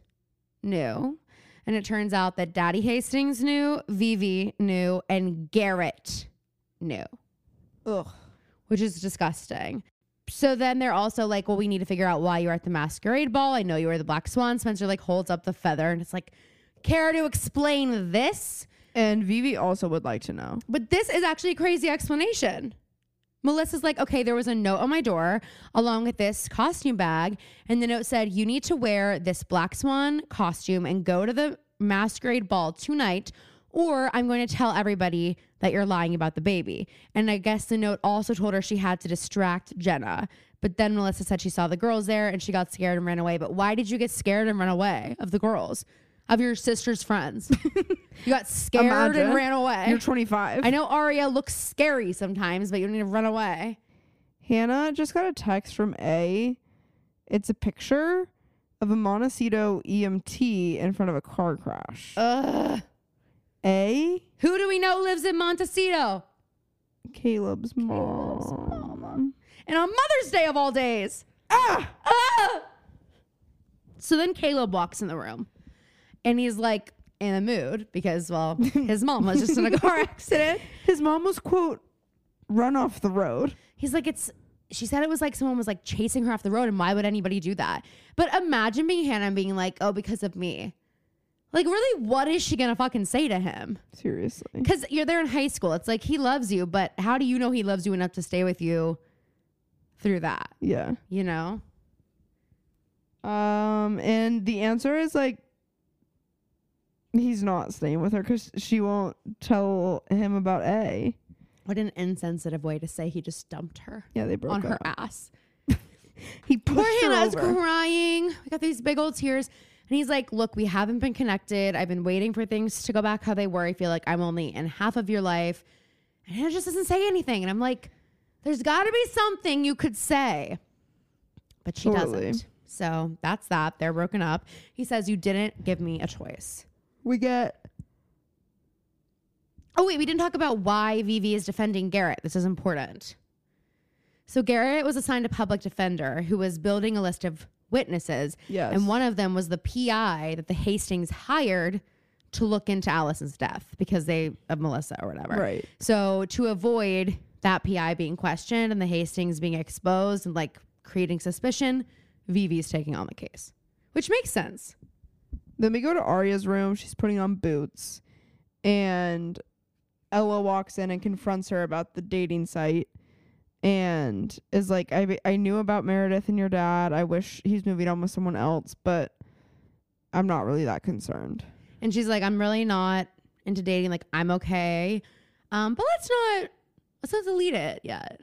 knew? And it turns out that Daddy Hastings knew, Vivi knew, and Garrett knew
Ugh.
which is disgusting. So then they're also like, well, we need to figure out why you were at the masquerade ball. I know you were the black swan. Spencer like holds up the feather and it's like, care to explain this?
And Vivi also would like to know.
But this is actually a crazy explanation. Melissa's like, okay, there was a note on my door along with this costume bag. And the note said, you need to wear this black swan costume and go to the masquerade ball tonight, or I'm going to tell everybody that you're lying about the baby. And I guess the note also told her she had to distract Jenna. But then Melissa said she saw the girls there and she got scared and ran away. But why did you get scared and run away of the girls? Of your sister's friends. you got scared
Imagine.
and ran away.
You're 25.
I know Aria looks scary sometimes, but you don't need to run away.
Hannah just got a text from A. It's a picture of a Montecito EMT in front of a car crash.
Ugh.
a.
Who do we know lives in Montecito?
Caleb's mom.
And on Mother's Day of all days.
Ah!
Ah! So then Caleb walks in the room and he's like in a mood because, well, his mom was just in a car accident.
His mom was, quote, run off the road.
He's like, it's. She said it was like someone was like chasing her off the road, and why would anybody do that? But imagine being Hannah and being like, oh, because of me. Like, really, what is she gonna fucking say to him?
Seriously.
Because you're there in high school. It's like he loves you, but how do you know he loves you enough to stay with you through that?
Yeah.
You know?
Um, and the answer is like he's not staying with her because she won't tell him about A.
What an insensitive way to say he just dumped her
Yeah, they broke
on her
up.
ass.
He pushed
Poor
her
Hannah's
over.
crying. We got these big old tears. And he's like, Look, we haven't been connected. I've been waiting for things to go back how they were. I feel like I'm only in half of your life. And Hannah just doesn't say anything. And I'm like, There's got to be something you could say. But she
Totally.
doesn't. So that's that. They're broken up. He says, You didn't give me a choice.
we get
Oh, wait, we didn't talk about why Vivi is defending Garrett. This is important. So, Garrett was assigned a public defender who was building a list of witnesses.
Yes.
And one of them was the PI that the Hastings hired to look into Allison's death because they, of Melissa or whatever.
Right.
So, to avoid that PI being questioned and the Hastings being exposed and like creating suspicion, Vivi's taking on the case, which makes sense.
Then we go to Arya's room. She's putting on boots, and Ella walks in and confronts her about the dating site, and is like, "I be- I knew about Meredith and your dad. I wish he's moving on with someone else, but I'm not really that concerned."
And she's like, I'm really not into dating. Like, I'm okay. Um, but let's not let's not delete it yet.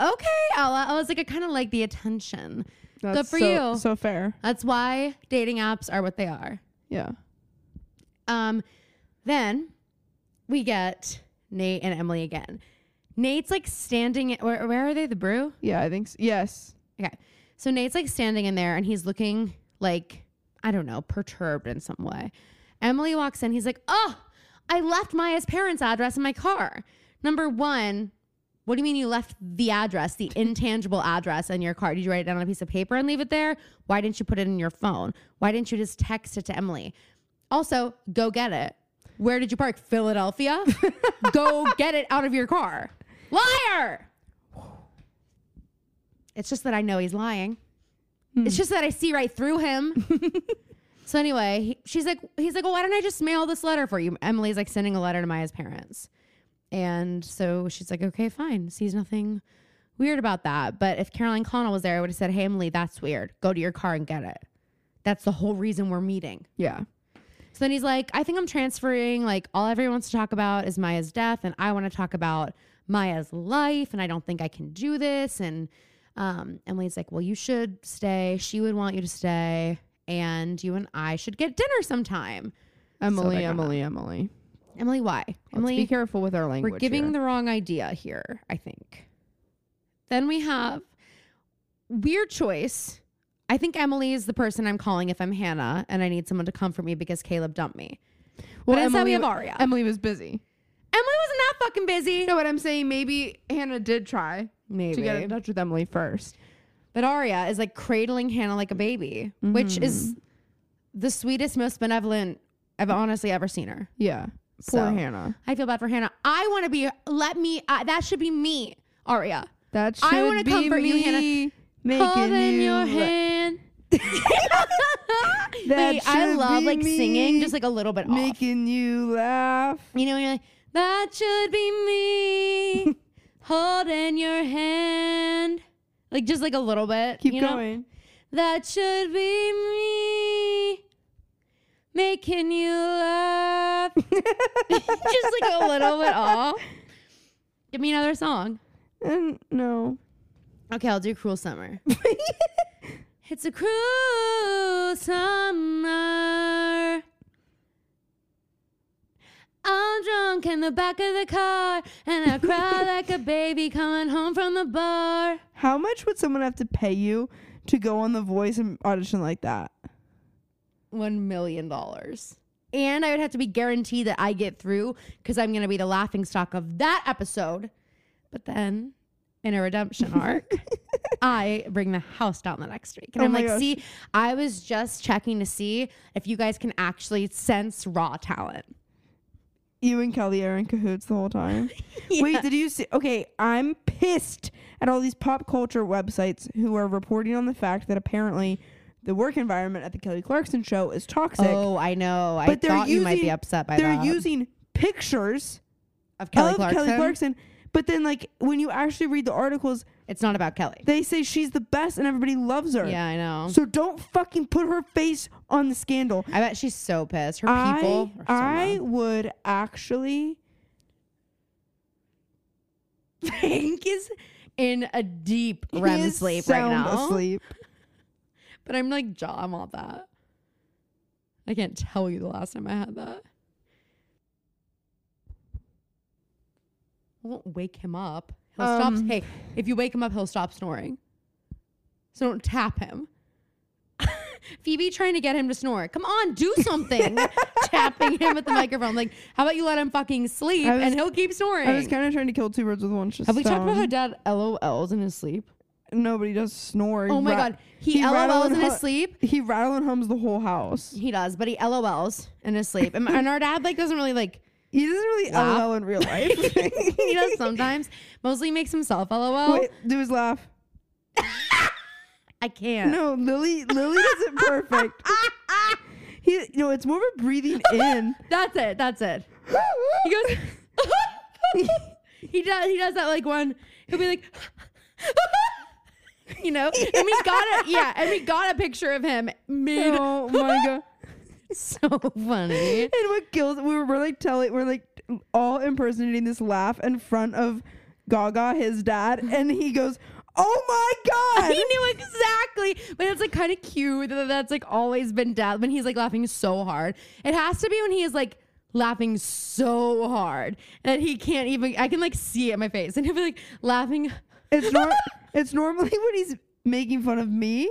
Okay, Ella. I was like, I kind of like the attention.
That's
for
so-
you.
So fair.
That's why dating apps are what they are.
Yeah.
Um, then we get Nate and Emily again. Nate's like standing. Where, where are they? The brew.
Yeah, I think s yes.
Okay. So Nate's like standing in there and he's looking like, I don't know, perturbed in some way. Emily walks in. He's like, Oh, I left Maya's parents' address in my car. Number one, what do you mean you left the address, the intangible address in your car? Did you write it down on a piece of paper and leave it there? Why didn't you put it in your phone? Why didn't you just text it to Emily? Also, go get it. Where did you park? Philadelphia? go get it out of your car. Liar! It's just that I know he's lying. It's just that I see right through him. so anyway, he, she's like, he's like, well, why don't I just mail this letter for you? Emily's like sending a letter to Maya's parents, and so she's like, okay, fine. Sees nothing weird about that. But if Caroline Connell was there, I would have said, hey, Emily, that's weird. Go to your car and get it. That's the whole reason we're meeting.
Yeah.
So then he's like, I think I'm transferring. Like, all everyone wants to talk about is Maya's death, and I want to talk about Maya's life, and I don't think I can do this. And um, Emily's like, Well, you should stay. She would want you to stay, and you and I should get dinner sometime.
Emily,
they're gonna-
Emily, Emily.
Emily, why? Emily,
Let's be careful with our language.
we're giving
here.
the wrong idea here, I think. Then we have weird choice. I think Emily is the person I'm calling if I'm Hannah and I need someone to comfort me because Caleb dumped me. but instead we have
wa-
Aria.
Emily was busy.
Emily wasn't that fucking busy.
No, but I'm saying maybe Hannah did try
Maybe.
to get in touch with Emily first.
But Arya is like cradling Hannah like a baby, which is
Mm-hmm.
the sweetest, most benevolent I've honestly ever seen her.
Yeah. Poor
So.
Hannah.
I feel bad for Hannah. I want to be. Let me. Uh, that should be me, Arya.
That should
I
I
wanna
be
comfort
me
you, Hannah.
making
Holding
you
your
laugh.
hand.
That
Wait, I
should
love
be
like singing
me
just like a little bit off.
making you laugh.
You know, you're like, that should be me holding your hand. Like just like a little bit.
Keep
you know?
going.
That should be me making you laugh. just like a little bit off. Give me another song.
And no.
Okay, I'll do Cruel Summer. it's a cruel summer. I'm drunk in the back of the car and I cry like a baby coming home from the bar.
How much would someone have to pay you to go on The Voice and audition like that?
one million dollars. And I would have to be guaranteed that I get through because I'm gonna be the laughing stock of that episode. But then in a redemption arc, I bring the house down the next week. And
Oh
I'm
my
like,
gosh.
see, I was just checking to see if you guys can actually sense raw talent.
You and Kelly are in cahoots the whole time. Wait, did you see? Okay, I'm pissed at all these pop culture websites who are reporting on the fact that apparently the work environment at the Kelly Clarkson show is toxic.
Oh, I know. I
but they're
thought
using,
you might be upset by
they're
that.
using pictures
of Kelly,
of
Clarkson.
Kelly Clarkson. But then, like, when you actually read the articles,
It's not about Kelly.
they say she's the best and everybody loves her.
Yeah, I know.
So don't fucking put her face on the scandal.
I bet she's so pissed. Her
I,
people. are so
I
mad.
would actually.
Frank is in a deep REM
He is
sleep right
sound
now.
Asleep.
But I'm like, jaw, I'm all that. I can't tell you the last time I had that. I won't wake him up. He'll
Um,
stop. Hey, if you wake him up, he'll stop snoring. So don't tap him. Phoebe trying to get him to snore. Come on, do something. Tapping him at the microphone. Like, how about you let him fucking sleep
I was-
and he'll keep snoring?
I was kind of trying to kill two birds with one stone.
Have we talked about how dad LOLs in his sleep?
nobody does snore? He
Oh my
ra-
God. He LOLs
rattle and
in his
hu-
sleep.
He rattle and hums the whole house.
He does, but he LOLs in his sleep. And, and our dad like doesn't really like
He doesn't really
Laugh.
LOL in real life.
he does sometimes. Mostly makes himself LOL.
Wait, do his laugh.
I can't.
No, Lily. Lily does it perfect. He, no, it's more of a breathing in.
That's it. That's it. He goes He does he does that like one he'll be like you know? And we got a yeah, and we got a picture of him mid
oh my god.
so funny.
And what kills we were, we're like telling we're like all impersonating this laugh in front of Gaga, his dad, and he goes, "Oh my god!"
He knew exactly, but it's like kind of cute that that's like always been dad when he's like laughing so hard. It has to be when he is like laughing so hard that he can't even. I can like see it in my face, and he'll be like laughing.
It's nor- it's normally when he's making fun of me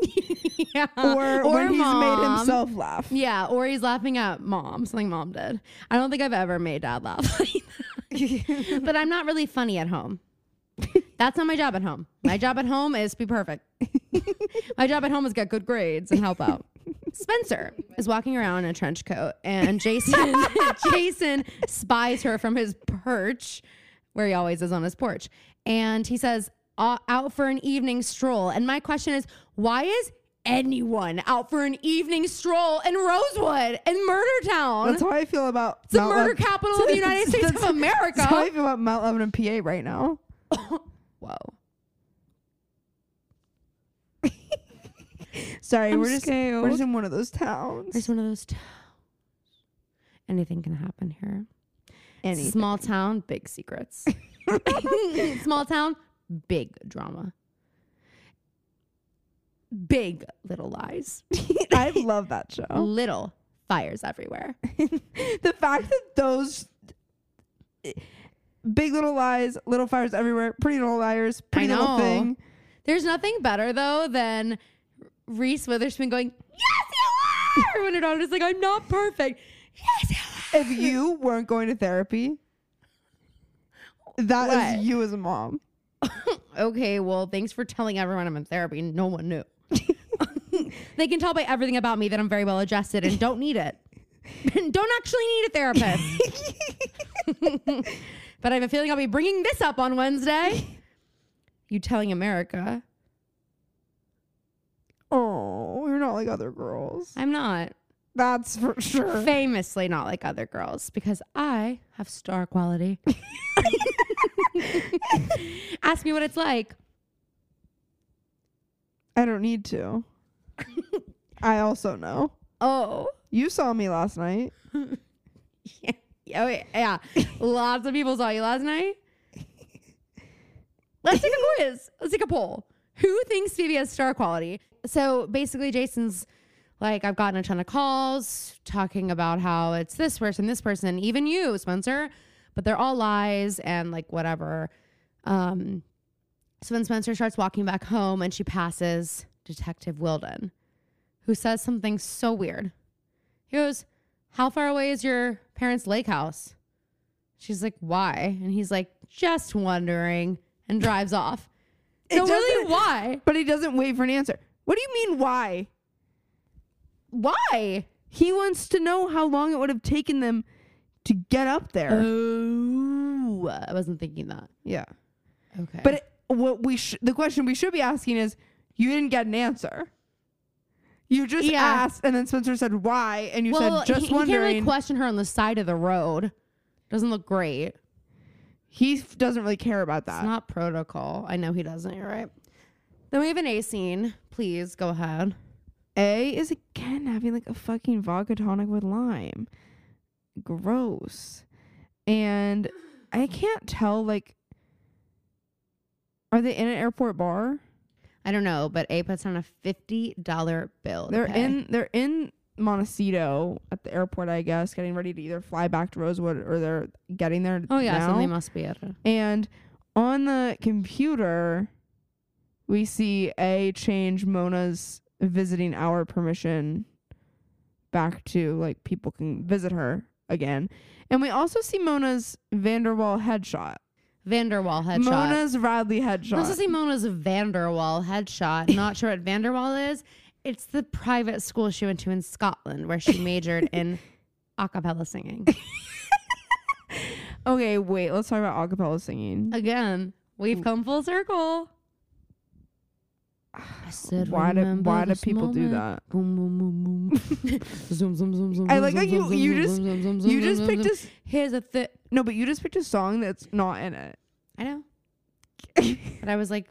yeah,
or, when he's made
mom.
himself laugh.
Yeah, or he's laughing at mom, something mom did. I don't think I've ever made dad laugh. like that. but I'm not really funny at home. That's not my job at home. My job at home is be perfect. my job at home is get good grades and help out. Spencer is walking around in a trench coat and Jason Jason spies her from his perch where he always is on his porch. And he says, "Uh, out for an evening stroll. And my question is, why is anyone out for an evening stroll in Rosewood in Murder Town?
That's how I feel about
It's the murder capital of the United States of
That's how I
America.
feel about Mount Lebanon, PA, right now.
Whoa.
Sorry,
I'm
we're just we're
scared.
just in one of those towns.
There's one of those towns. Anything can happen here.
Any
Small town, big secrets. Small town, big drama. Big little lies.
I love that show.
Little fires everywhere.
the fact that those eh, big little lies, little fires everywhere, pretty little liars, pretty
know.
little thing.
There's nothing better though than Reese Witherspoon going, Yes, you are! When her daughter's like, I'm not perfect. Yes, you are!
if you weren't going to therapy, that is
What?
you as a mom.
okay, well, thanks for telling everyone I'm in therapy. No one knew. they can tell by everything about me that I'm very well adjusted and don't need it. don't actually need a therapist. but I have a feeling I'll be bringing this up on Wednesday. You telling America?
Oh, you're not like other girls.
I'm not.
That's for sure.
Famously not like other girls because I have star quality. Ask me what it's like.
I don't need to. I also know.
Oh.
You saw me last night.
Yeah. Oh, yeah. yeah. Lots of people saw you last night. Let's take a quiz. Let's take a poll. Who thinks Phoebe has star quality? So basically, Jason's like, I've gotten a ton of calls talking about how it's this person, this person, even you, Spencer, but they're all lies and like whatever. Um, so then Spencer starts walking back home and she passes Detective Wilden, who says something so weird. He goes, How far away is your parents' lake house? She's like, Why? And he's like, Just wondering, and drives off. So, really,
doesn't-
why?
But he doesn't wait for an answer. What do you mean, why?
Why?
He wants to know how long it would have taken them to get up there.
Oh, I wasn't thinking that.
yeah.
Okay.
But it, what we sh- the question we should be asking is, you didn't get an answer. You just
Yeah.
asked, and then Spencer said why, and you said just
he, he
wondering.
can't really question her on the side of the road. Doesn't look great. It's
he f- doesn't really care about that.
not protocol. I know he doesn't. You're right. Then we have an A scene. Please go ahead.
a is again having like a fucking vodka tonic with lime. Gross. And I can't tell. Like, are they in an airport bar?
I don't know, but A puts on a fifty dollar bill. to
They're
pay.
in they're in Montecito at the airport, I guess, getting ready to either fly back to Rosewood or they're getting there.
Oh yeah, so
now.
they must be at it.
and on the computer, we see a change Mona's visiting hour permission back to like people can visit her again, and we also see Mona's Vanderwall headshot,
Vanderwall headshot.
Mona's Radley
I also
headshot.
see Mona's Vanderwall headshot. Not sure what Vanderwall is. It's the private school she went to in Scotland where she majored in a cappella singing.
okay, wait, let's talk about acapella singing.
Again, we've come full circle. I said,
Why do
"Remember
why do
this
people do
moment."
that?
Boom, boom, boom, boom. zoom, zoom, zoom, zoom.
I like how you- you just- You just picked
picked
a s-
Here's a thi
no, but you just picked a song that's not in it.
I know. but I was like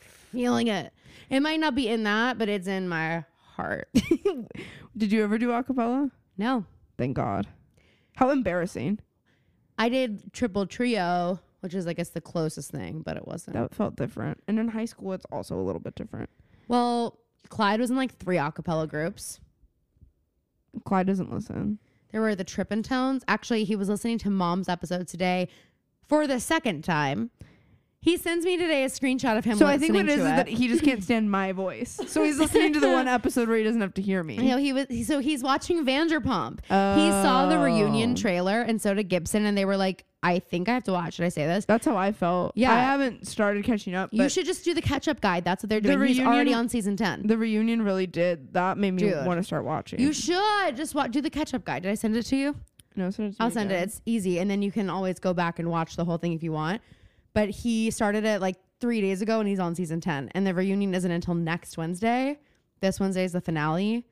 feeling it. It might not be in that, but it's in my heart.
Did you ever do acapella?
no.
Thank God. How embarrassing.
I did triple trio, which is I guess the closest thing, but it wasn't.
That felt different. And in high school, it's also a little bit different.
Well, Clyde was in like three a cappella groups.
Clyde doesn't listen.
There were the Trip and Tones. Actually, he was listening to Mom's episode today for the second time. He sends me today a screenshot of him.
so I think what it
listening to
is is that he just can't stand my voice. So he's listening to the one episode where he doesn't have to hear
You know,
me.
he was he- so he's watching Vanderpump. He saw the reunion
Oh.
trailer, and so did Gibson, and they were like, "I think I have to watch." Should I say this?
That's how I felt.
Yeah.
I haven't started catching up,
you
but
should just do the catch-up guide. That's what they're
The
doing. he's already
reunion-
on season ten.
the reunion really did. That made me
Dude.
want to start watching.
you should just watch. Do the catch-up guide. Did I send it to you?
no, send it to
I'll
me
send it.
again.
It's easy, and then you can always go back and watch the whole thing if you want. But he started it like three days ago, and he's on season ten. And the reunion isn't until next Wednesday. This Wednesday is the finale,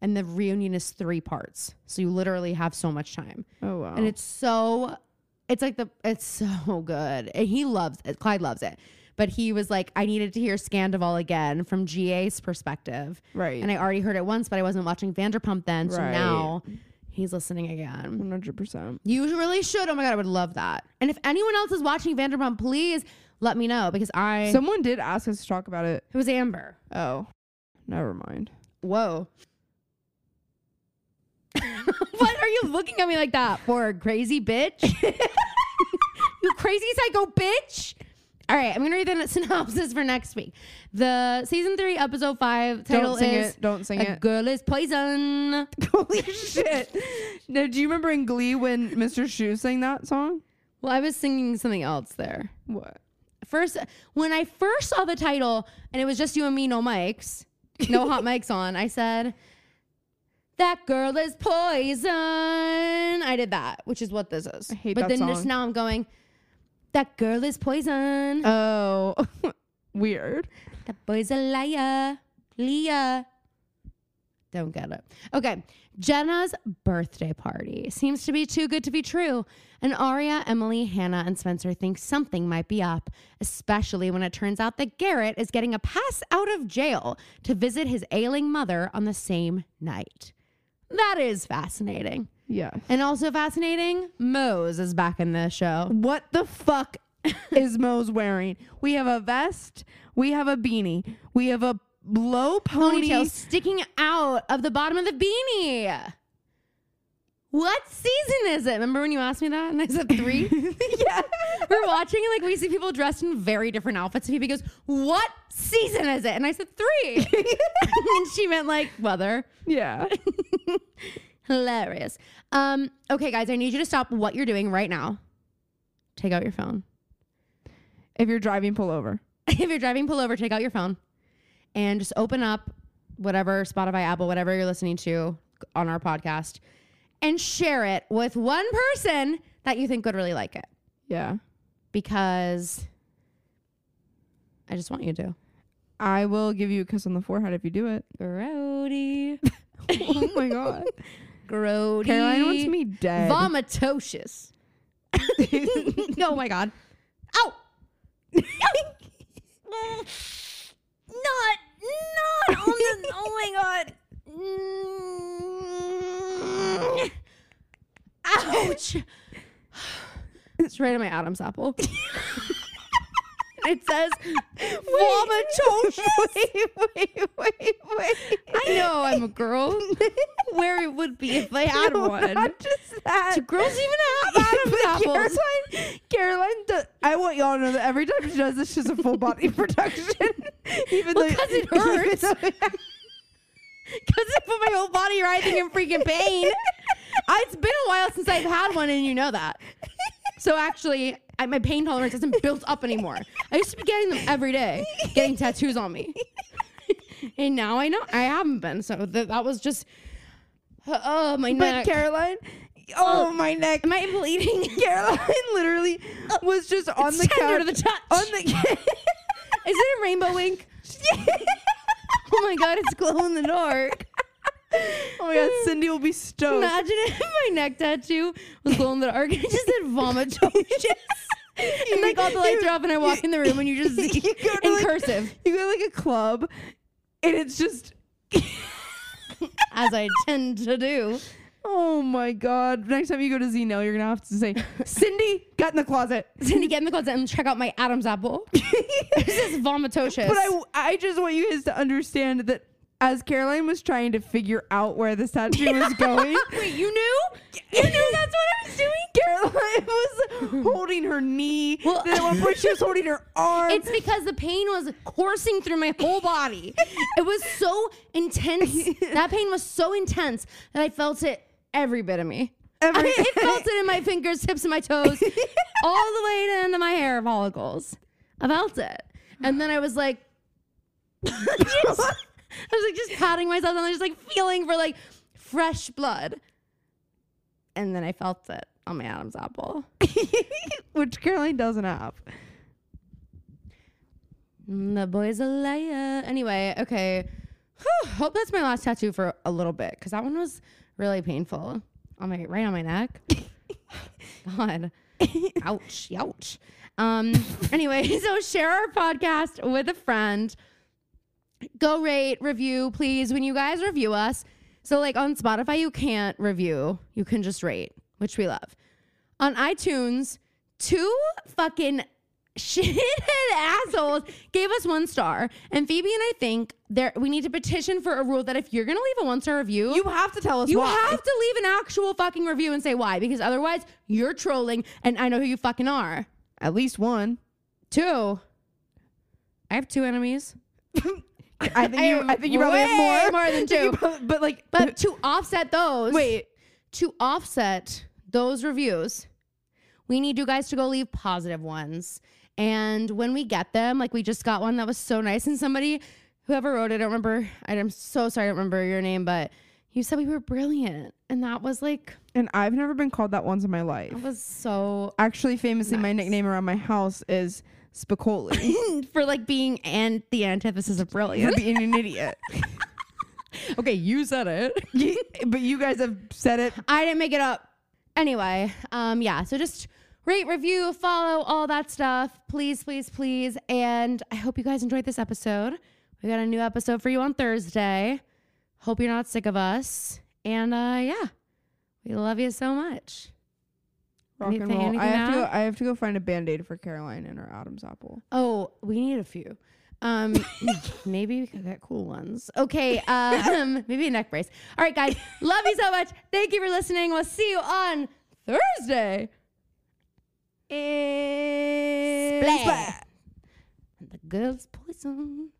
and the reunion is three parts. So you literally have so much time.
Oh, wow.
and it's so it's like the it's so good and he loves it clyde loves it but he was like i needed to hear scandival again from ga's perspective
right.
and i already heard it once but i wasn't watching vanderpump then so
Right.
now he's listening again
100%.
you really should oh my god i would love that and if anyone else is watching vanderpump please let me know because i
Someone did ask us to talk about it.
it was amber
Oh, never mind.
whoa what are you looking at me like that for crazy bitch you crazy psycho bitch All right, I'm gonna read the synopsis for next week. The season three, episode five title
Don't sing
is
it. Don't sing
"A
it.
Girl Is Poison."
Holy shit.
Now, do you remember in Glee when Mr. Shoe sang that song?
Well, I was singing something else there.
What?
First, when I first saw the title and it was just you and me, no mics, no hot mics on, I said, "That girl is poison." I did that, which is what this is.
I hate
but
that
then just
song.
now I'm going, "That girl is poison."
Oh, weird.
That boy's a liar. Leah. Don't get it. Okay. Jenna's birthday party seems to be too good to be true. And Aria, Emily, Hannah, and Spencer think something might be up, especially when it turns out that Garrett is getting a pass out of jail to visit his ailing mother on the same night. That is fascinating.
Yes.
And also fascinating, Mose is back in the show.
What the fuck is Mo's wearing? We have a vest. We have a beanie. We have a low pony.
ponytail sticking out of the bottom of the beanie. What season is it? Remember when you asked me that and I said three? yeah. We're watching and like we see people dressed in very different outfits. And Phoebe goes, What season is it? And I said three. and she meant like weather.
Yeah.
Hilarious. Um, okay, guys, I need you to stop what you're doing right now. Take out your phone.
If you're driving, pull over.
if you're driving, pull over, take out your phone, and just open up whatever Spotify, Apple, whatever you're listening to on our podcast, and share it with one person that you think would really like it.
Yeah.
Because I just want you to.
I will give you a kiss on the forehead if you do it.
Grody.
oh my god.
Grody.
Caroline wants me dead.
Vomitocious. oh my god. Ow! not, not on the. Oh my god. Mm. Ouch! It's right on my Adam's apple. it says vomitocious.
wait, wait, wait, wait.
I know I'm a girl. Where it would be if I had
No,
one.
Not just that.
Do girls even have Adam's
But
apples?
Caroline, Caroline does, I want y'all to know that every time she does this, she's a full body production. even though-
'cause it hurts.
even though-
Because I put my whole body writhing in freaking pain. I, it's been a while since I've had one, and you know that. So actually, I, my pain tolerance isn't built up anymore. I used to be getting them every day, getting tattoos on me. and now I know I haven't been. So th- that was just, oh, my
but
neck.
Caroline, oh, my neck.
Am I bleeding?
Caroline literally was just on
Oh. It's
the
tender
couch.
to the touch.
on the
Is it a rainbow wink? Oh my God, it's glow in the dark.
oh my god, Cindy will be stoked.
Imagine if my neck tattoo was glow in the dark and it just said vomitocious. and I got the lights are off and I walk in the room and you just see
You go to
in
like-
cursive
You go to like a club, and it's just
as I tend to do.
oh my god. Next time you go to Z now, you're gonna have to say, Cindy, got in the closet.
Cindy, get in the closet and check out my Adam's apple. this is vomitocious.
But I, I just want you guys to understand that as Caroline was trying to figure out where this tattoo was going,
Wait, you knew? You knew that's what I was doing?
Caroline was holding her knee.
Well-
then at one point she was holding her arm.
It's because the pain was coursing through my whole body. It was so intense. That pain was so intense that I felt it every bit of me.
Every-
I, it felt it in my fingers, tips, and my toes, all the way to into my hair follicles. I felt it, and then I was like, just- I was like just patting myself, and I was just like feeling for like fresh blood, and then I felt it on my Adam's apple.
which Caroline doesn't have.
Mm, The boy's a liar. Anyway, okay. Whew, hope that's my last tattoo for a little bit because that one was really painful on my right on my neck. God, ouch, ouch. Um. Anyway, so share our podcast with a friend. Go rate, review, please. When you guys review us, so like on Spotify, you can't review. You can just rate, which we love on iTunes, two fucking shithead assholes gave us one star. And Phoebe and I think there we need to petition for a rule that if you're gonna leave a one star review,
You have to tell us
you
why.
have to leave an actual fucking review and say why, because otherwise you're trolling and I know who you fucking are.
At least one.
Two. I have two enemies.
I think you. I think you probably
way
have more.
more than
I think you
two.
prob- but like,
But to offset those,
wait.
to offset those reviews, we need you guys to go leave positive ones. And when we get them, like we just got one that was so nice, and somebody, whoever wrote it, I don't remember. I- I'm so sorry, I don't remember your name, but you said we were brilliant, and that was like
And I've never been called that once in my life.
that was so
Actually, famously, my
Nice.
nickname around my house is Spicoli.
for like being and the antithesis of
for
brilliant.
being an idiot.
okay, you said it.
You- but you guys have said it.
I didn't make it up. Anyway, um, yeah. So just rate, review, follow, all that stuff. Please, please, please. And I hope you guys enjoyed this episode. We got a new episode for you on Thursday. Hope you're not sick of us. And uh, yeah, we love you so much.
Rock and
Anything-
roll. I
anything
have to. Go,
else?
I have to go find a band aid for Caroline and her Adam's apple.
Oh, we need a few. Um, maybe we could get cool ones. Okay, um, maybe a neck brace. All right, guys, love you so much. Thank you for listening. We'll see you on Thursday. Splat. The girl's poison.